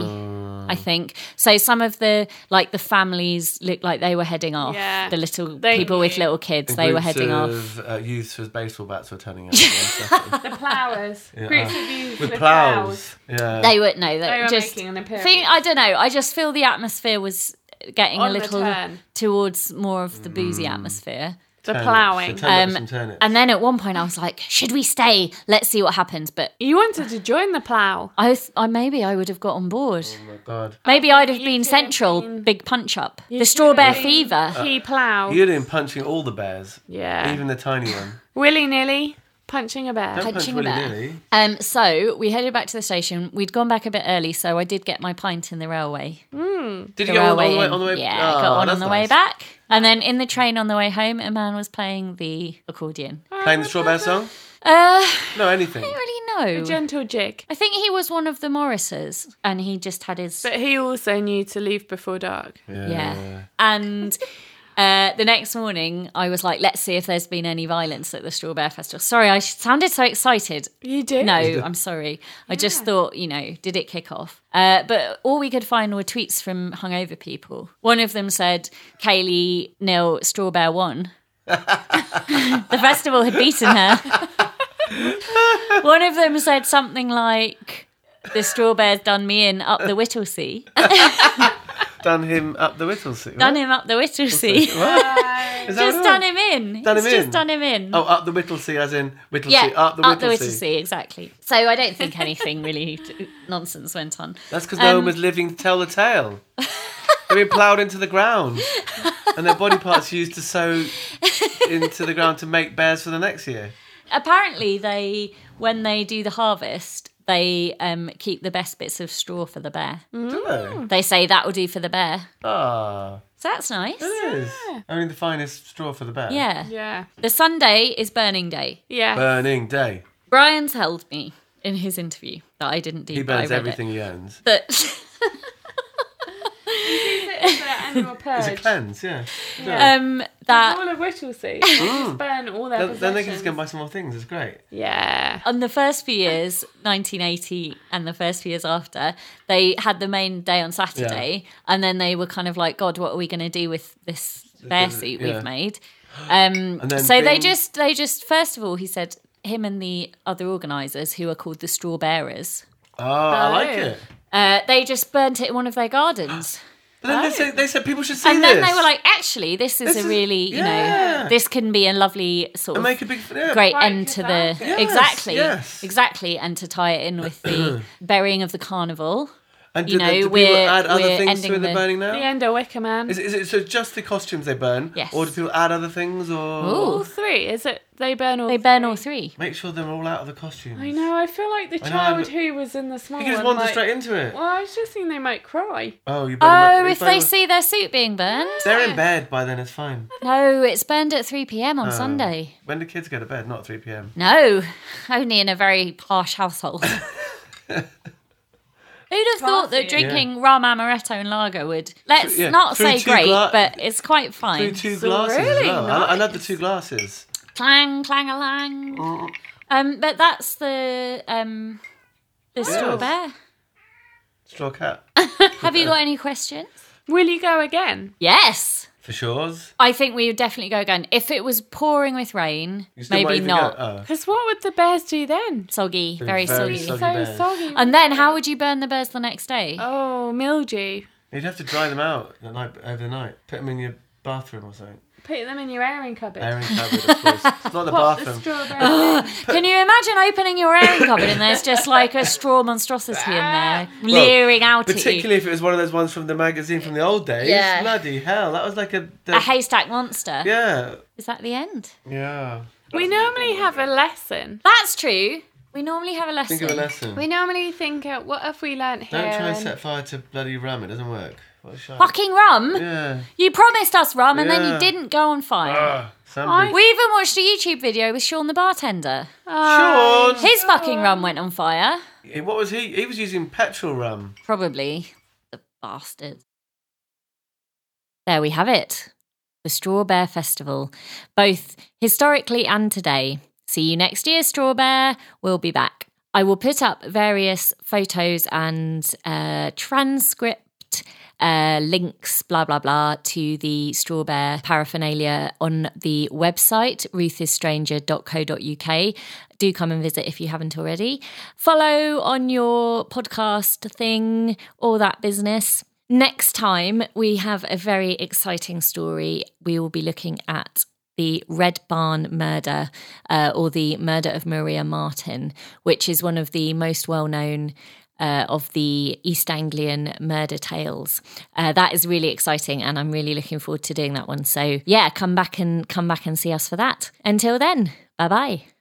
I think. So some of the like the families looked like they were heading off.
Yeah.
The little
They
people with
knew.
little kids, they were
Groups
heading off.
of, Uh, youths with baseball bats were turning up. and stuff.
The flowers. Groups of youths
with plows. Yeah.
They were no, they,
They were
just
making an appearance.
think I don't know. I just feel the atmosphere was getting
On
a
the
little
turn.
towards more of the boozy atmosphere.
the
Turnips,
ploughing.
the turnips
Um,
and turnips.
And then at one point, I was like, "Should we stay? Let's see what happens." But
you wanted to join the plough.
I, th- I maybe I would have got on board.
oh my god.
Maybe I'd have been
could have
central,
been-
big punch up. The straw bear
been-
fever.
He ploughed.
You'd been punching all the bears,
yeah.
even the tiny one.
Willy nilly punching a bear.
Don't punch
Punching a bear.
willy-nilly.
Um, so we headed back to the station. We'd gone back a bit early, so I did get my pint in the railway.
Did
The
you go on,
railway
on the way?
in.
On the way
yeah, I got
Oh,
one on
that's
the way
nice.
back. And then in the train on the way home, a man was playing the accordion.
Playing the strawberry song?
Uh,
No, anything.
I don't really know.
Gentle jig.
I think he was one of the Morrises, and he just had his
But he also knew to leave before dark.
yeah. And uh, the next morning, I was like, "Let's see if there's been any violence at the Straw Bear Festival." Sorry, I sounded so excited.
You do?
No, I'm sorry. I just thought, you know, did it kick off? Uh, but all we could find were tweets from hungover people. One of them said, Kaylee nil, Straw Bear won. the festival had beaten her. One of them said something like, the straw bear's done me in up the Whittlesea.
Done him up the Whittlesea.
done him up the Whittlesea.
What? Is that
Just
what it
done
was?
him in.
Done
It's
him
just
in?
done him in.
Oh, up the Whittlesea, as in Whittlesea.
yeah,
up the Whittlesea.
Whittlesea, exactly. So I don't think anything really t- nonsense went on.
That's because no
Um,
one was living to tell the tale. They've been ploughed into the ground, and their body parts used to sow into the ground to make bears for the next year.
apparently they when they do the harvest they um, keep the best bits of straw for the bear
Do they?
they say that will do for the bear
Ah,
so that's nice
it is. Only the finest straw for the bear.
yeah
Yeah.
the sunday is burning day
Yeah.
Burning day.
brian told me in his interview that i didn't do
He
but I
burns
read
everything he owns.
it. but
annual
It's a
purge.
cleanse, yeah.
um that
all of Whittlesea. They just burn all their
Mm. Then, then they can
possessions.
just go and buy some more things. It's great.
Yeah.
on the first
Uh.
few years 1980 and the first few years after they had the main day on saturday and then they were kind of like god what are we going to do with this bear
the-
suit
yeah.
we've made um
And then
so they
Bing-
just they just first of all he said him and the other organizers who are called the straw bearers
Oh, I like
Oh.
it.
uh, they just burnt it in one of their gardens
But then they, say, they said people should see
Oh. and
this.
then they were like actually this is
This
a
is-
really you
yeah.
know this can be a lovely sort
and
of
make a big yeah.
great
Right,
end to the
exactly. Yes,
exactly
yes.
exactly and to tie it in with the burying of the carnival
And
you
do, the-
know,
do people
we're-
add other
we're
things to
ending
in the,
the-
burning now?
The end of Wicker Man.
Is, is it so just the costumes they burn?
Yes.
Or do people add other things or
all three? Is it? They burn all.
they burn all three
make sure they're all out of the costumes?
I know. I feel like the
I know,
child
but-
who was in the small
You can just
one.
wander
like-
straight into it.
Well, I was just thinking they might cry.
Oh, you
Oh,
burn
if they see their suit being burned.
They're in bed by then, it's fine.
No, it's burned at 3 pm
Uh.
on Sunday.
When do kids go to bed? Not at 3 pm.
No, only in a very harsh household. Who'd have thought that
Classy.
drinking rum amaretto and lager would, let's
yeah,
not
through
say
two
great,
gla-
but it's quite
Through
fine.
two
So
glasses as
really
well. I, I love the two glasses.
Clang, clang a lang. Um, but that's the um, the straw
Yes.
bear.
Straw cat.
Have you got any questions?
Will you go again?
Yes.
For shores.
I think we would definitely go again. If it was pouring with rain,
You still might
maybe
even
not.
go- oh.
Because what would the bears do then?
Soggy, very,
very
soggy.
soggy. Uh,
so
bears.
soggy.
And then how would you burn the bears the next day?
oh, mildew.
You'd have to dry them out at night, over the night. Put them in your bathroom or something.
Put them in your airing cupboard.
Airing cupboard, of course. It's not the
Pop the
bathroom.
strawberry.
Can you imagine opening your airing cupboard and there's just like a straw monstrosity in there leering out at you?
Particularly if it was one of those ones from the magazine from the old days.
Yeah.
Bloody hell, that was like a. the-
A haystack monster.
yeah.
Is that the end?
Yeah.
we normally have a lesson.
That's true. We normally have a lesson.
Think of a lesson.
We normally think, uh, what have we learnt here?
Don't try and
and-
set fire to bloody rum, it doesn't work. What a shame.
Fucking rum.
Yeah.
You promised us rum and then you
Yeah. Uh.
didn't go on fire.
Somebody.
we even watched a YouTube video with Sean the bartender.
Oh,
Sean!
His fucking rum went on fire.
Eh, What was he? He was using petrol rum.
Probably. The bastard. There we have it. The Straw Bear Festival, both historically and today. See you next year, Straw Bear. We'll be back. I will put up various photos and uh, transcript uh, links, blah, blah, blah, to the Straw Bear paraphernalia on the website, ruthisstranger.co.uk. Do come and visit if you haven't already. Follow on your podcast thing, all that business. Next time, we have a very exciting story. We will be looking at the Red Barn murder uh, or the murder of Maria Martin, which is one of the most well known. Uh, of the East Anglian murder tales, uh, that is really exciting, and I'm really looking forward to doing that one. So yeah, come back and come back and see us for that. Until then, bye bye.